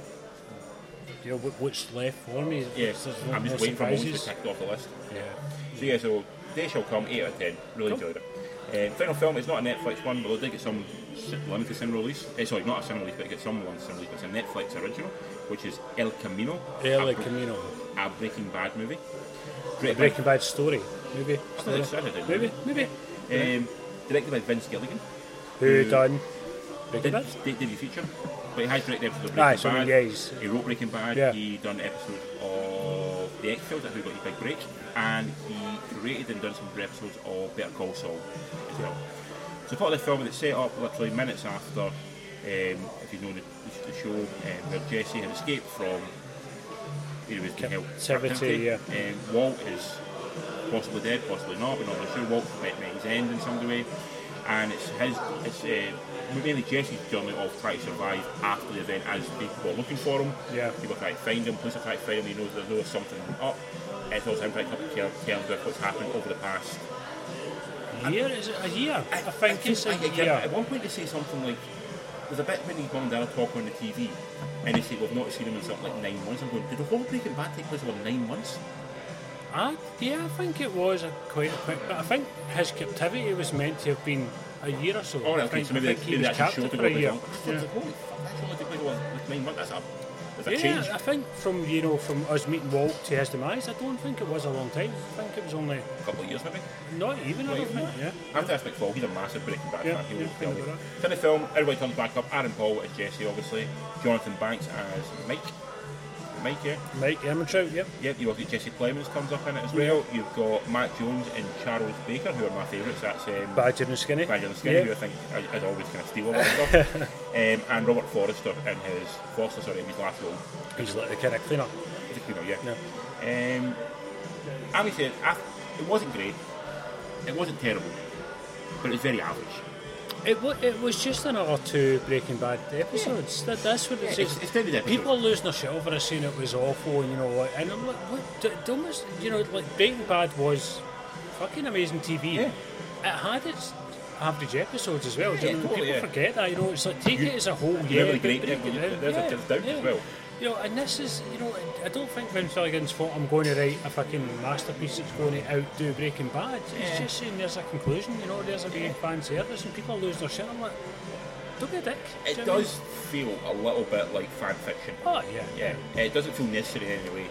S3: you know, what, what's left for me?
S2: Yeah,
S3: What's- there's no-
S2: I'm just
S3: no
S2: waiting for Bones to be
S3: surprises.
S2: ticked off the list.
S3: Yeah.
S2: So yeah, so They Shall Come, 8 out of 10. Really
S3: Cool.
S2: enjoyed it. Um, final film, it's not a Netflix one, but they did get some si- limited cinema release. Eh, sorry, not a cinema release, but they get some limited cinema release. But it's a Netflix original, which is El Camino.
S3: Yeah,
S2: a
S3: like
S2: Bre-
S3: Camino.
S2: A Breaking Bad movie. Great
S3: Breaking Bad story, maybe.
S2: Story.
S3: Maybe, maybe.
S2: Um, directed by Vince Gilligan.
S3: Who done
S2: Did,
S3: Breaking Bad?
S2: did, did he feature? But he has directed episodes of Breaking
S3: Aye, so
S2: Bad.
S3: yeah, he's-
S2: He wrote Breaking Bad.
S3: Yeah.
S2: He done episodes of The X Files. That's how he got his big break. And he created and done some episodes of Better Call Saul as well. So part of the film that's set up literally minutes after, um, if you know the, the, the show, um, where Jesse had escaped from. He was being held
S3: Captivity,
S2: captivity.
S3: yeah.
S2: Um, Walt is possibly dead, possibly not. We're not really sure. Walt's met, met his end in some way, and it's his, it's uh, mainly Jesse's journey of trying to survive after the event as people are looking for him.
S3: Yeah.
S2: People try to find him. Police are trying to find him. He knows there's no something up. It's also him trying to come to ter- terms with what's happened over the past.
S3: year? Is it a year? I, think
S2: think-
S3: it's a
S2: I think-
S3: year.
S2: At one point they say something like, there's a bit when his mum and dad are talking on the TV, and they say we've not seen him in something like nine months. I'm going, did the whole Breaking Bad take place over nine months?
S3: I, yeah, I think it was a quite a quick. But I think his captivity was meant to have been a year or so.
S2: Oh, right,
S3: I
S2: okay,
S3: think,
S2: so maybe
S3: I think
S2: that's, maybe that's a
S3: he was
S2: show
S3: captured
S2: to
S3: for
S2: go
S3: a
S2: with
S3: year.
S2: long.
S3: Yeah.
S2: Holy fuck, that's only taken like what, nine months, that's a, that's a
S3: Yeah,
S2: change.
S3: I think from you know from us meeting Walt to his demise, I don't think it was a long time. I think it was only
S2: A couple of years maybe.
S3: not even. I
S2: Not
S3: don't
S2: even
S3: think. Yeah.
S2: that. er I er have to ask McFall, he's a massive Breaking Bad
S3: Yeah,
S2: fan, he
S3: yeah,
S2: will tell
S3: think
S2: you.
S3: about
S2: So in the er film, everybody comes back up, Aaron Paul as Jesse obviously, Jonathan Banks as Mike. Mike, yeah.
S3: Mike Ermintrout. Yep.
S2: Yep, you've got Jesse Plemons comes up in it as well. You've got Matt Jones and Charles Baker, who are my favourites. That's um,
S3: Badger and Skinny.
S2: Brandon Skinner, who I
S3: Yeah.
S2: think I- I'd always kind of steal a lot of stuff. um, and Robert Forrester in his Foster, sorry, in his last role.
S3: He's like the kind of cleaner.
S2: I think you know, yeah.
S3: No.
S2: Um, I'm gonna say I, it wasn't great. It wasn't terrible, but it was very average.
S3: It, wa it was just another two Breaking Bad episodes. That, that's what it's,
S2: Yeah, it's- it's very difficult.
S3: People are losing their shit over us saying it was awful, and you know, like, and I'm like, what? d- d- Almost, you know, like Breaking Bad was fucking amazing TV.
S2: Yeah.
S3: It had its average episodes as well. do you
S2: Yeah,
S3: know,
S2: totally,
S3: people
S2: yeah.
S3: forget that. You know, it's like take
S2: You-
S3: it as a whole.
S2: You
S3: Yeah,
S2: remember the
S3: but
S2: great
S3: break it
S2: there's,
S3: down,
S2: there's
S3: yeah,
S2: a there's doubt
S3: yeah.
S2: as well.
S3: You know, and this is, you know, I don't think Vince Gilligan's thought I'm going to write a fucking masterpiece that's going to outdo Breaking Bad. He's
S2: Yeah.
S3: just saying there's a conclusion, you know, there's a big fan service and people lose their shit. I'm like, don't be a dick. do
S2: It
S3: you know what I mean?
S2: does feel a little bit like fan fiction.
S3: Oh, yeah,
S2: Yeah,
S3: yeah.
S2: it doesn't feel necessary in any way.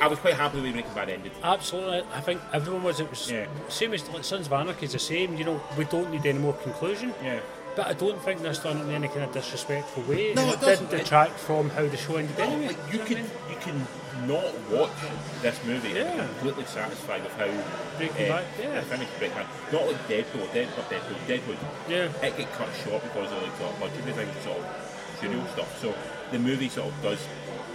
S2: I was quite happy with the way Breaking Bad ended.
S3: Absolutely. I think everyone was, it was
S2: Yeah.
S3: same as like, Sons of Anarchy is the same, you know, we don't need any more conclusion.
S2: Yeah.
S3: But I don't think that's done in any kind of disrespectful way.
S2: No,
S3: and
S2: it doesn't.
S3: didn't detract from how the show ended
S2: No,
S3: anyway.
S2: like
S3: do
S2: Oh, you
S3: know what I
S2: can
S3: mean?
S2: you can not watch this movie and be
S3: Yeah.
S2: completely satisfied with how
S3: Breaking Bad, yeah.
S2: it finished Breaking Bad. Not like Deadpool, Deadpool, Deadpool, Deadpool.
S3: Yeah.
S2: It get cut short because of like sort of budgetary things, sort of studio stuff. So the movie sort of does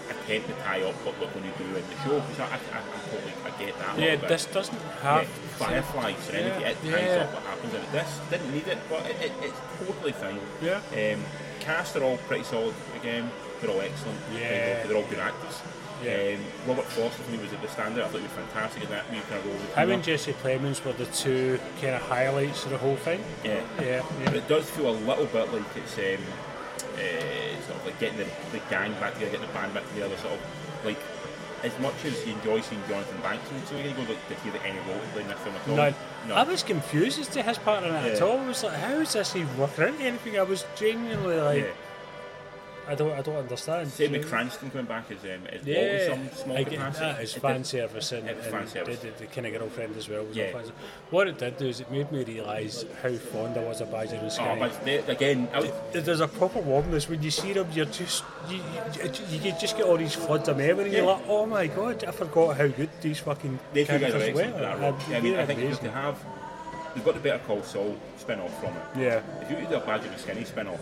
S2: attempt to tie up what we're going to do in the show. So I, I, I totally I get that. a
S3: Yeah,
S2: little bit.
S3: this doesn't
S2: Yeah,
S3: have.
S2: Firefly Serenity,
S3: Ah, Yeah,
S2: it ties
S3: yeah.
S2: up what happens in it. This didn't need it, but it, it, it's totally fine.
S3: Yeah.
S2: Um, cast are all pretty solid again. They're all excellent.
S3: Yeah.
S2: They're all good actors.
S3: Yeah.
S2: Um, Robert Foster for me was the standout. I thought he was fantastic in that. We kind of rolled with
S3: Him
S2: him.
S3: and Jesse Plemons were the two kind of highlights of the whole thing.
S2: Yeah.
S3: Yeah,
S2: But
S3: yeah.
S2: it does feel a little bit like it's um, uh, sort of like getting the, the gang back together, getting the band back together, sort of like as much as you enjoy seeing Jonathan Banks, and so you're going to go like, did he have any role to play in this film at all?
S3: Now,
S2: No.
S3: I was confused as to his part in it at
S2: Yeah.
S3: all. I was like, how is this even working out anything? I was genuinely like,
S2: yeah.
S3: I don't, I don't understand.
S2: Same with Cranston coming back as um, as Walt in
S3: Yeah,
S2: some small
S3: I get
S2: capacity.
S3: that. It's
S2: It
S3: fan
S2: did-
S3: service and,
S2: It was
S3: and
S2: fan service.
S3: The, the, the kind of girlfriend as well. Was
S2: Yeah.
S3: all fan service. What it did do is it made me realise how fond I was of Badger and
S2: Oh,
S3: Skinny.
S2: but they, again, I was,
S3: There's a proper warmness when you see them. You're just you, you, you just get all these floods of memory. You're
S2: Yeah.
S3: like, oh my god, I forgot how good these fucking
S2: they two guys are
S3: characters were.
S2: excellent for that role.
S3: Uh,
S2: I mean,
S3: they're
S2: I think if
S3: amazing.
S2: they have, they've got the Better Call Saul spin off from it.
S3: Yeah.
S2: If you could do a Badger and Skinny spin off,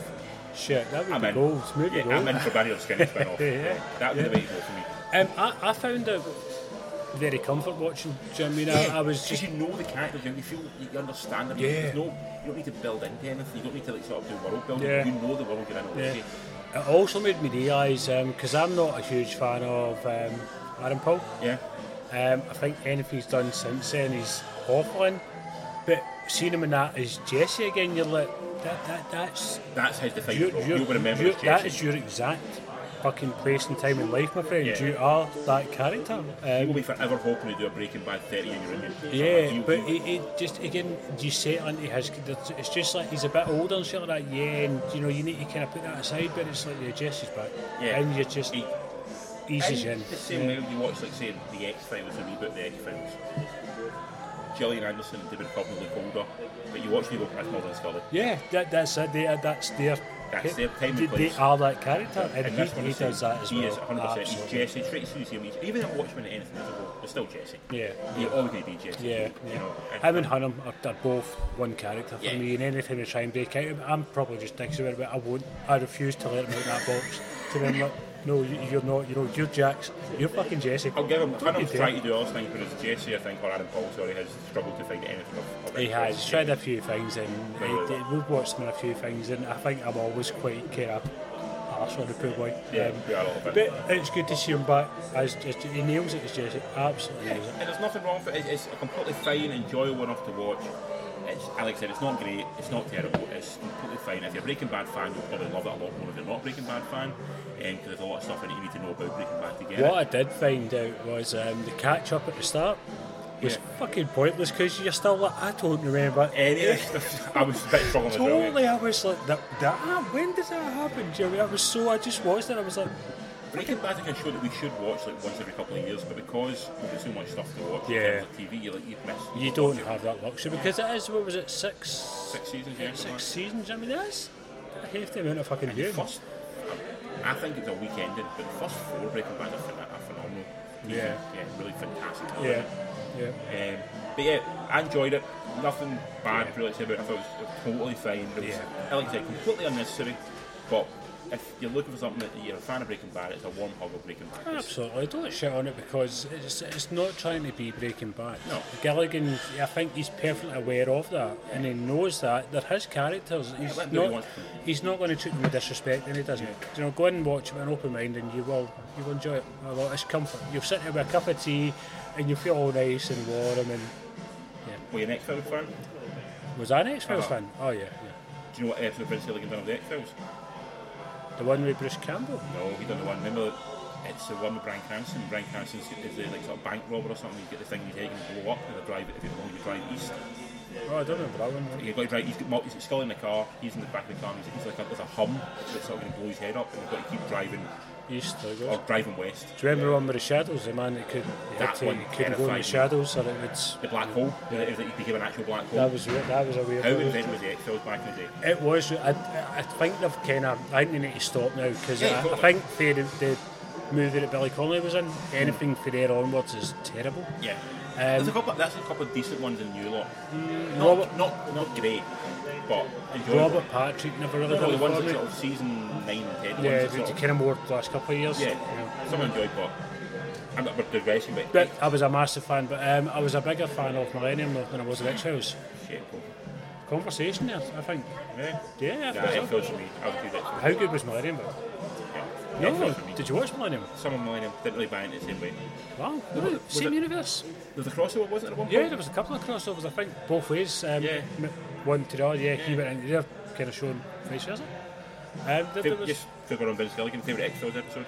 S3: shit, that would
S2: I'm
S3: be
S2: in.
S3: gold. Maybe
S2: yeah,
S3: gold.
S2: I'm in for Badger and Skinny spin off.
S3: Yeah.
S2: That would be the
S3: Yeah.
S2: way to go for me.
S3: Um, I, I found it very comfort watching. Do you know what I mean? I- I, was
S2: because
S3: just
S2: you know the characters, you you feel you understand them.
S3: Yeah.
S2: There's no, you don't need to build into anything. You don't need to like sort of do world building.
S3: Yeah.
S2: You know the world you're in already.
S3: Yeah. uh, It also made me realise because I'm not a huge fan of um, Aaron Paul.
S2: Yeah.
S3: Um, I think anything he's done since then is awful. in. But seeing him in that as Jesse again, you're like, that, that, that's
S2: That's his defining
S3: you,
S2: role.
S3: you,
S2: You'll remember
S3: you,
S2: as
S3: that
S2: Jesse.
S3: is your exact fucking place and time in life, my friend.
S2: Yeah.
S3: You are that character.
S2: You will
S3: Um,
S2: be forever hoping to do a Breaking Bad 30 in your union.
S3: yeah, but it, it just again, you say it onto his. It's just like he's a bit older and shit like that. Yeah, and you know you need to kind of put that aside. But it's like yeah, Jesse's back,
S2: Yeah.
S3: and you just
S2: He-
S3: eases you
S2: And
S3: in.
S2: the same way you watch, like, say, the X Files, the reboot of the X Files. Gillian Anderson and David Cobb look older, but you watch people as Mulder and Scully.
S3: Yeah, that, that's it. They, that's their.
S2: That's their time and
S3: They, they
S2: place.
S3: are that character, and,
S2: And
S3: he,
S2: that's one
S3: he
S2: of the
S3: does that as
S2: He
S3: well.
S2: is 100%. He's
S3: Absolutely.
S2: Jesse. Straight to see him. He's, even in Watchmen and anything other, we're still Jesse.
S3: Yeah.
S2: You're always going to be Jesse.
S3: Yeah,
S2: You know,
S3: yeah. Him and Hunnam are, are both one character for
S2: Yeah.
S3: me, and anything they try and break out, of- I'm probably just dicks about it, but I won't. I refuse to let him out of that box. To them, like, no, you- you're not. You know, you're Jax. You're fucking Jesse.
S2: I'll give him.
S3: Don't you
S2: Hunnam's trying
S3: dare.
S2: to do all those things, whereas Jesse, I think, or Adam Paul, sorry, has struggled to find anything of. of
S3: He has
S2: interest.
S3: He's tried a few things, and
S2: Right,
S3: he-
S2: right, right.
S3: we've watched him in a few things, and I think I'm always quite kind of arse on the poor boy.
S2: Yeah,
S3: Um,
S2: we are a little bit.
S3: But it's good to see him back. As, as he nails it as Jesse, absolutely nails it.
S2: And there's nothing wrong with it. It's, it's a completely fine, enjoyable enough to watch. It's, like I said, it's not great. It's not terrible. It's completely fine. If you're a Breaking Bad fan, you'll probably love it a lot more. If you're not a Breaking Bad fan, because there's a lot of stuff in it you need to know about Breaking Bad to get
S3: What
S2: it.
S3: I did find out was um, the catch up at the start was
S2: Yeah.
S3: fucking pointless because you're still like, I don't remember
S2: Any of
S3: any.
S2: this stuff, I was a bit struggling with it.
S3: Totally, I was like, that, that, when did that happen? Do you know what I mean? I was so, I just watched it, I was like,
S2: Breaking Bad is a show that we should watch like once every couple of years, but because we've got so much stuff to watch
S3: Yeah.
S2: in terms of TV, you like you've missed.
S3: you don't have that luxury because it is, what was it, six,
S2: Six seasons, yeah, something like
S3: six
S2: that.
S3: seasons? I mean, that's a hefty amount of fucking
S2: The
S3: viewing.
S2: first, I think it's a weekend, but the first four Breaking Bad are, phen- are phenomenal.
S3: Yeah.
S2: yeah, really fantastic.
S3: Yeah, yeah.
S2: Um, but yeah, I enjoyed it. Nothing bad really to say about it. I thought it was totally fine. It was,
S3: Yeah.
S2: Like I said, completely unnecessary. But if you're looking for something that you're a fan of Breaking Bad, it's a warm hug of Breaking Bad. It's-
S3: Absolutely, don't shit on it because it's, it's not trying to be Breaking Bad.
S2: No.
S3: Gilligan, I think he's perfectly aware of that, and he knows that they're his characters. He's
S2: let 'em do what he
S3: not,
S2: wants to.
S3: he's not going to treat them with disrespect, and he doesn't. You know, go in and watch it with an open mind, and you will you will enjoy it a lot. It's comfort. You'll sit there with a cup of tea, and you feel all nice and warm. And
S2: Were you an X Files fan?
S3: was I an X Files
S2: Uh-huh.
S3: fan? Oh yeah. yeah.
S2: uh, Do you know what episode of Vince Gilligan done of the X Files?
S3: The one with Bruce Campbell?
S2: No, he done the one. Remember, it's the one with Brian Cranston. Brian Cranston is a like sort of bank robber or something. You get the thing in his head and blow up, and they drive it. If you long, you drive east.
S3: Oh, I don't remember that one.
S2: He got right. He's got Mul- he's skull in the car. He's in the back of the car. And he's, he's like a, there's a hum that's sort of going to blow his head up, and they've got to keep driving
S3: East, there it goes.
S2: or driving west.
S3: Do you remember the one with the shadows? The man that could
S2: That
S3: that to,
S2: one
S3: couldn't go in
S2: terrified me.
S3: the shadows, or it would. s-
S2: The black hole. Yeah. It, it became an actual black hole.
S3: That was re- that was a weird.
S2: How
S3: one.
S2: invented was the X-Files back in the day?
S3: It was. I, I think they've kind of. I think they need to stop now because
S2: Yeah,
S3: I, I
S2: totally.
S3: think the, the movie that Billy Connolly was in, anything from there onwards is terrible.
S2: Yeah.
S3: Um, Mm,
S2: there's a couple. That's a couple of decent ones in New York.
S3: Robert,
S2: Not not, not great, but enjoyable.
S3: Robert Patrick never really
S2: No,
S3: done
S2: the
S3: it
S2: ones
S3: for
S2: that
S3: me.
S2: sort of season nine and ten.
S3: Yeah,
S2: ones that sort of,
S3: kind of more the last couple of years.
S2: yeah. Some I enjoyed, but I'm not we're digressing. But,
S3: But I was a massive fan, but um, I was a bigger fan of Millennium though, than I was of X House.
S2: shit, cool.
S3: Conversation there, I think.
S2: yeah.
S3: Yeah, I
S2: Nah,
S3: think so.
S2: X-Files for me. I would do that.
S3: How good was Millennium? Though?
S2: Yeah.
S3: No,
S2: X-Files for me.
S3: did you watch Millennium?
S2: Some of mine I didn't really buy it the same way.
S3: Wow,
S2: was it- was
S3: same
S2: it-
S3: universe.
S2: There's a crossover, wasn't it? At one
S3: Yeah,
S2: point?
S3: there was a couple of crossovers, I think, both ways. Um,
S2: Yeah.
S3: m- One to the other, yeah, he went into there, kind of showing vice versa. Um, there, there
S2: Fav-
S3: was,
S2: Just figure on Vince Gilligan, favourite X-Files episode.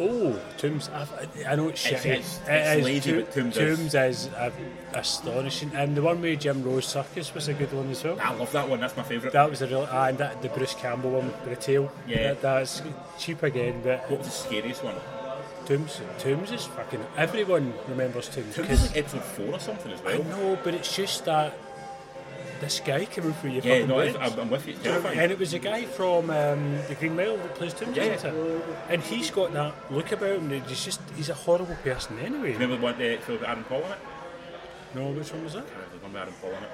S3: Oh, er Tombs, I, I know it's shitty.
S2: It's- it's- it's lazy,
S3: Tom-
S2: but Tombs is.
S3: Tombs is, uh, astonishing. And the one with Jim Rose Circus was a good one as well.
S2: I love that one, that's my favourite.
S3: That was a real, ah, and that, the Bruce Campbell one with the tail.
S2: Yeah.
S3: That, that's er cheap again, but
S2: What was the scariest one?
S3: Tombs, Tombs is fucking, everyone remembers Tombs.
S2: It
S3: 'cause-
S2: was like episode 4 or something as
S3: I
S2: well.
S3: know, but it's just that this guy coming through your
S2: Yeah,
S3: fucking
S2: no,
S3: brains.
S2: I- I'm, I'm with you, it's terrifying.
S3: And it was a guy from um, the Green Mile that plays Tim
S2: Yeah.
S3: And he's got that look about him that he's just he's a horrible person anyway.
S2: Remember the one that with Aaron Paul in it?
S3: No, which one was that?
S2: There's one with Aaron Paul in it.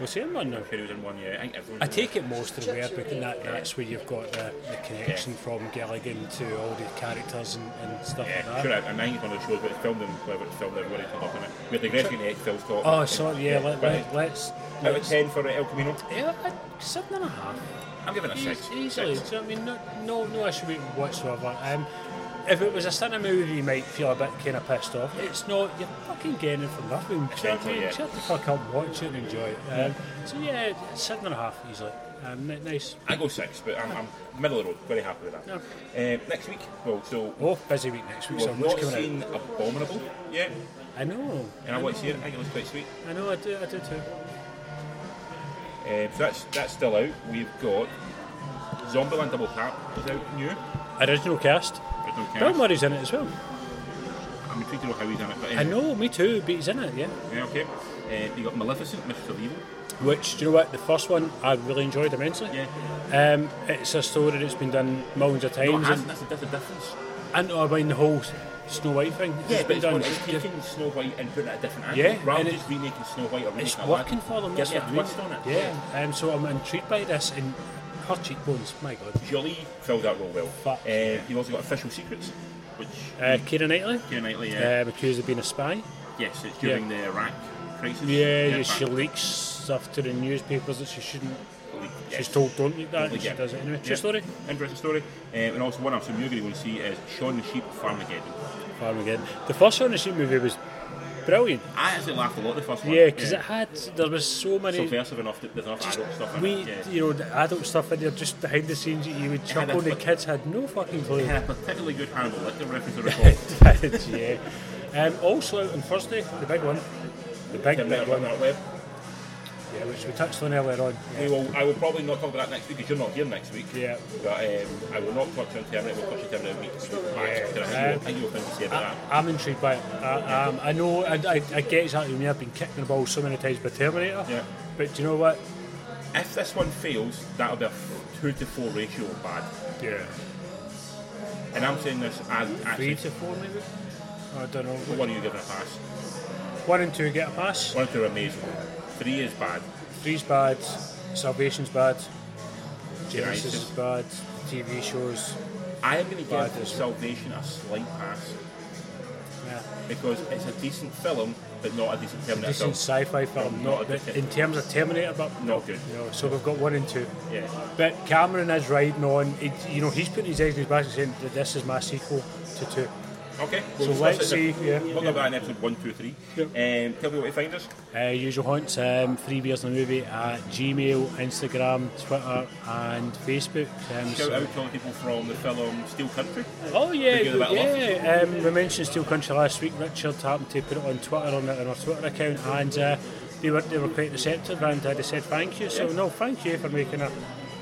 S3: Was he in one now?
S2: I'm sure he was in one, yeah. I think everyone.
S3: I take it most of the way, but that, that's where you've got the, the connection
S2: Yeah.
S3: from Gilligan to all the characters and, and stuff
S2: Yeah,
S3: like
S2: sure,
S3: that.
S2: I, I think it's one of the shows where it's filmed in, where it's filmed everybody come up in it. We're digressing into X-Files talk.
S3: Oh, sorry, yeah, let,
S2: but
S3: let, let's.
S2: Out of
S3: let's
S2: 10 for El Camino,
S3: yeah, I- seven and a half.
S2: I'm giving it a
S3: Eas-
S2: 6.
S3: Easily.
S2: Six.
S3: So, I mean, no, no, no issue with it whatsoever. Um, if it was a cinema movie, you might feel a bit kind of pissed off. It's not. You're fucking getting it for nothing. Do you know what I
S2: Exactly,
S3: mean?
S2: yeah.
S3: Shut the fuck up, watch it, and enjoy it. Um, so yeah, seven and a half easily. Um, ni- nice.
S2: I go 6, but I'm, I'm middle of the road, very happy with that. Um, next week, well, so
S3: Oh, busy week next week. So
S2: we've
S3: much
S2: not
S3: coming
S2: seen Abominable yet,
S3: out. I know.
S2: and I want to see
S3: know.
S2: it. I think it looks quite sweet.
S3: I know. I do. I do too.
S2: Um, so that's that's still out. We've got Zombieland Double Tap is out new.
S3: Original cast.
S2: There's no
S3: Bill
S2: cast.
S3: Murray's in it as well.
S2: I'm intrigued to know how he's done it, but
S3: I
S2: anyway.
S3: know. Me too. But he's in it. Yeah.
S2: Yeah, okay. Uh, you got Maleficent, Mistress of Evil.
S3: Which do you know what? The first one I really enjoyed immensely.
S2: Yeah.
S3: Um, it's a story that's been done millions of
S2: No, it
S3: times. and-
S2: hasn't. That's a, that's a difference.
S3: I know I mean the whole Snow White thing.
S2: Yeah,
S3: been
S2: but it's,
S3: done.
S2: one- it's taking Snow White and putting it at a different angle.
S3: Yeah,
S2: rather
S3: and
S2: than just remaking Snow White or remaking
S3: It's
S2: a
S3: working
S2: lad.
S3: for them.
S2: Give
S3: That's
S2: it a
S3: what I mean.
S2: twist on it.
S3: Yeah. Um, so I'm intrigued by this and her cheekbones. My God. Uh,
S2: Jolie filled that role well.
S3: Fuck.
S2: Uh, you've also got Official Secrets, which
S3: Uh, Keira Knightley.
S2: Keira Knightley, Mm. yeah.
S3: Um, accused of being a spy.
S2: Yes, it's during the Iraq crisis.
S3: Yeah, yeah,
S2: back-
S3: she leaks stuff to the newspapers that she shouldn't.
S2: yes.
S3: She's told don't leak that, and she
S2: Yeah.
S3: does it anyway. True
S2: Yeah.
S3: story.
S2: Interesting story. Um, and also one I'm so you're going to go and see is Shaun the Sheep Farmageddon.
S3: Farmageddon. The first one I seen movie was brilliant.
S2: I actually laughed a lot the first one.
S3: Yeah, because it had there was so many.
S2: subversive enough that there's enough adult stuff in
S3: we,
S2: it. Yeah.
S3: you know, the adult stuff in there, just behind the scenes, that you would
S2: had
S3: chuckle,
S2: a
S3: and the
S2: fu-
S3: kids had no fucking
S2: It
S3: clue.
S2: had a particularly good Hannibal Lecter reference to recall.
S3: yeah. Um, also out on Thursday, the big one, the big
S2: Tim
S3: big
S2: Miller on
S3: one,
S2: that web.
S3: yeah, which we touched on earlier on.
S2: We will, I will probably not talk about that next week because you're not here next week.
S3: Yeah.
S2: But um, I will not touch on Terminator. We'll touch on Terminator week. Yeah. I think you'll think to say about that.
S3: I'm intrigued by it. I, um, I know, I, I, I get exactly what you mean. I've been kicking the ball so many times by Terminator.
S2: Yeah.
S3: But do you know what?
S2: If this one fails, that'll be a f- two to four ratio of bad.
S3: Yeah.
S2: And I'm saying this as
S3: Three
S2: actually
S3: to four, maybe? I don't know.
S2: one of you giving a pass.
S3: One and two get a pass.
S2: One or two are amazing. Three is bad.
S3: Three's bad. Salvation's bad. Genesis
S2: Genesis.
S3: is bad. TV shows.
S2: I am going to
S3: Bad
S2: give
S3: is-
S2: Salvation a slight pass
S3: Yeah.
S2: because it's a decent film, but not a decent Terminator
S3: Decent
S2: film.
S3: sci-fi film,
S2: No,
S3: not
S2: not a
S3: but
S2: decent-
S3: in terms of Terminator, but
S2: Not good.
S3: No, so we've got one and two.
S2: Yeah.
S3: But Cameron is riding on. He, you know, he's putting his eggs in his basket, saying that this is my sequel to two.
S2: Okay.
S3: So
S2: discuss
S3: let's
S2: it then.
S3: see, yeah,
S2: We'll
S3: yeah.
S2: go back in episode one, two, three.
S3: Yep.
S2: Um, tell me where to find us.
S3: Uh, usual haunts, um, Three Beers in the Movie at Gmail, Instagram, Twitter, and Facebook. Um,
S2: Shout
S3: so-
S2: out to all the people from the film Steel Country.
S3: Oh yeah,
S2: Give you the battle
S3: yeah. Um, we mentioned Steel Country last week. Richard happened to put it on Twitter on, on our Twitter account, and uh, they were they were quite receptive, and uh, they said thank you. So no, thank you for making a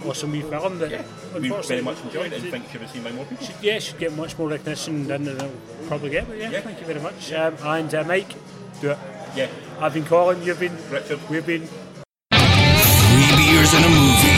S3: awesome wee film that
S2: Yeah. We
S3: unfortunately
S2: very much enjoyed it and
S3: did-
S2: think should be seen by more people.
S3: should, yeah should get much more recognition than it'll probably get. But yeah,
S2: Yeah.
S3: thank you very much. Um, and uh, Mike, do it.
S2: Yeah.
S3: I've been Colin. You've been
S2: Richard.
S3: We've been.
S1: Three beers and a movie.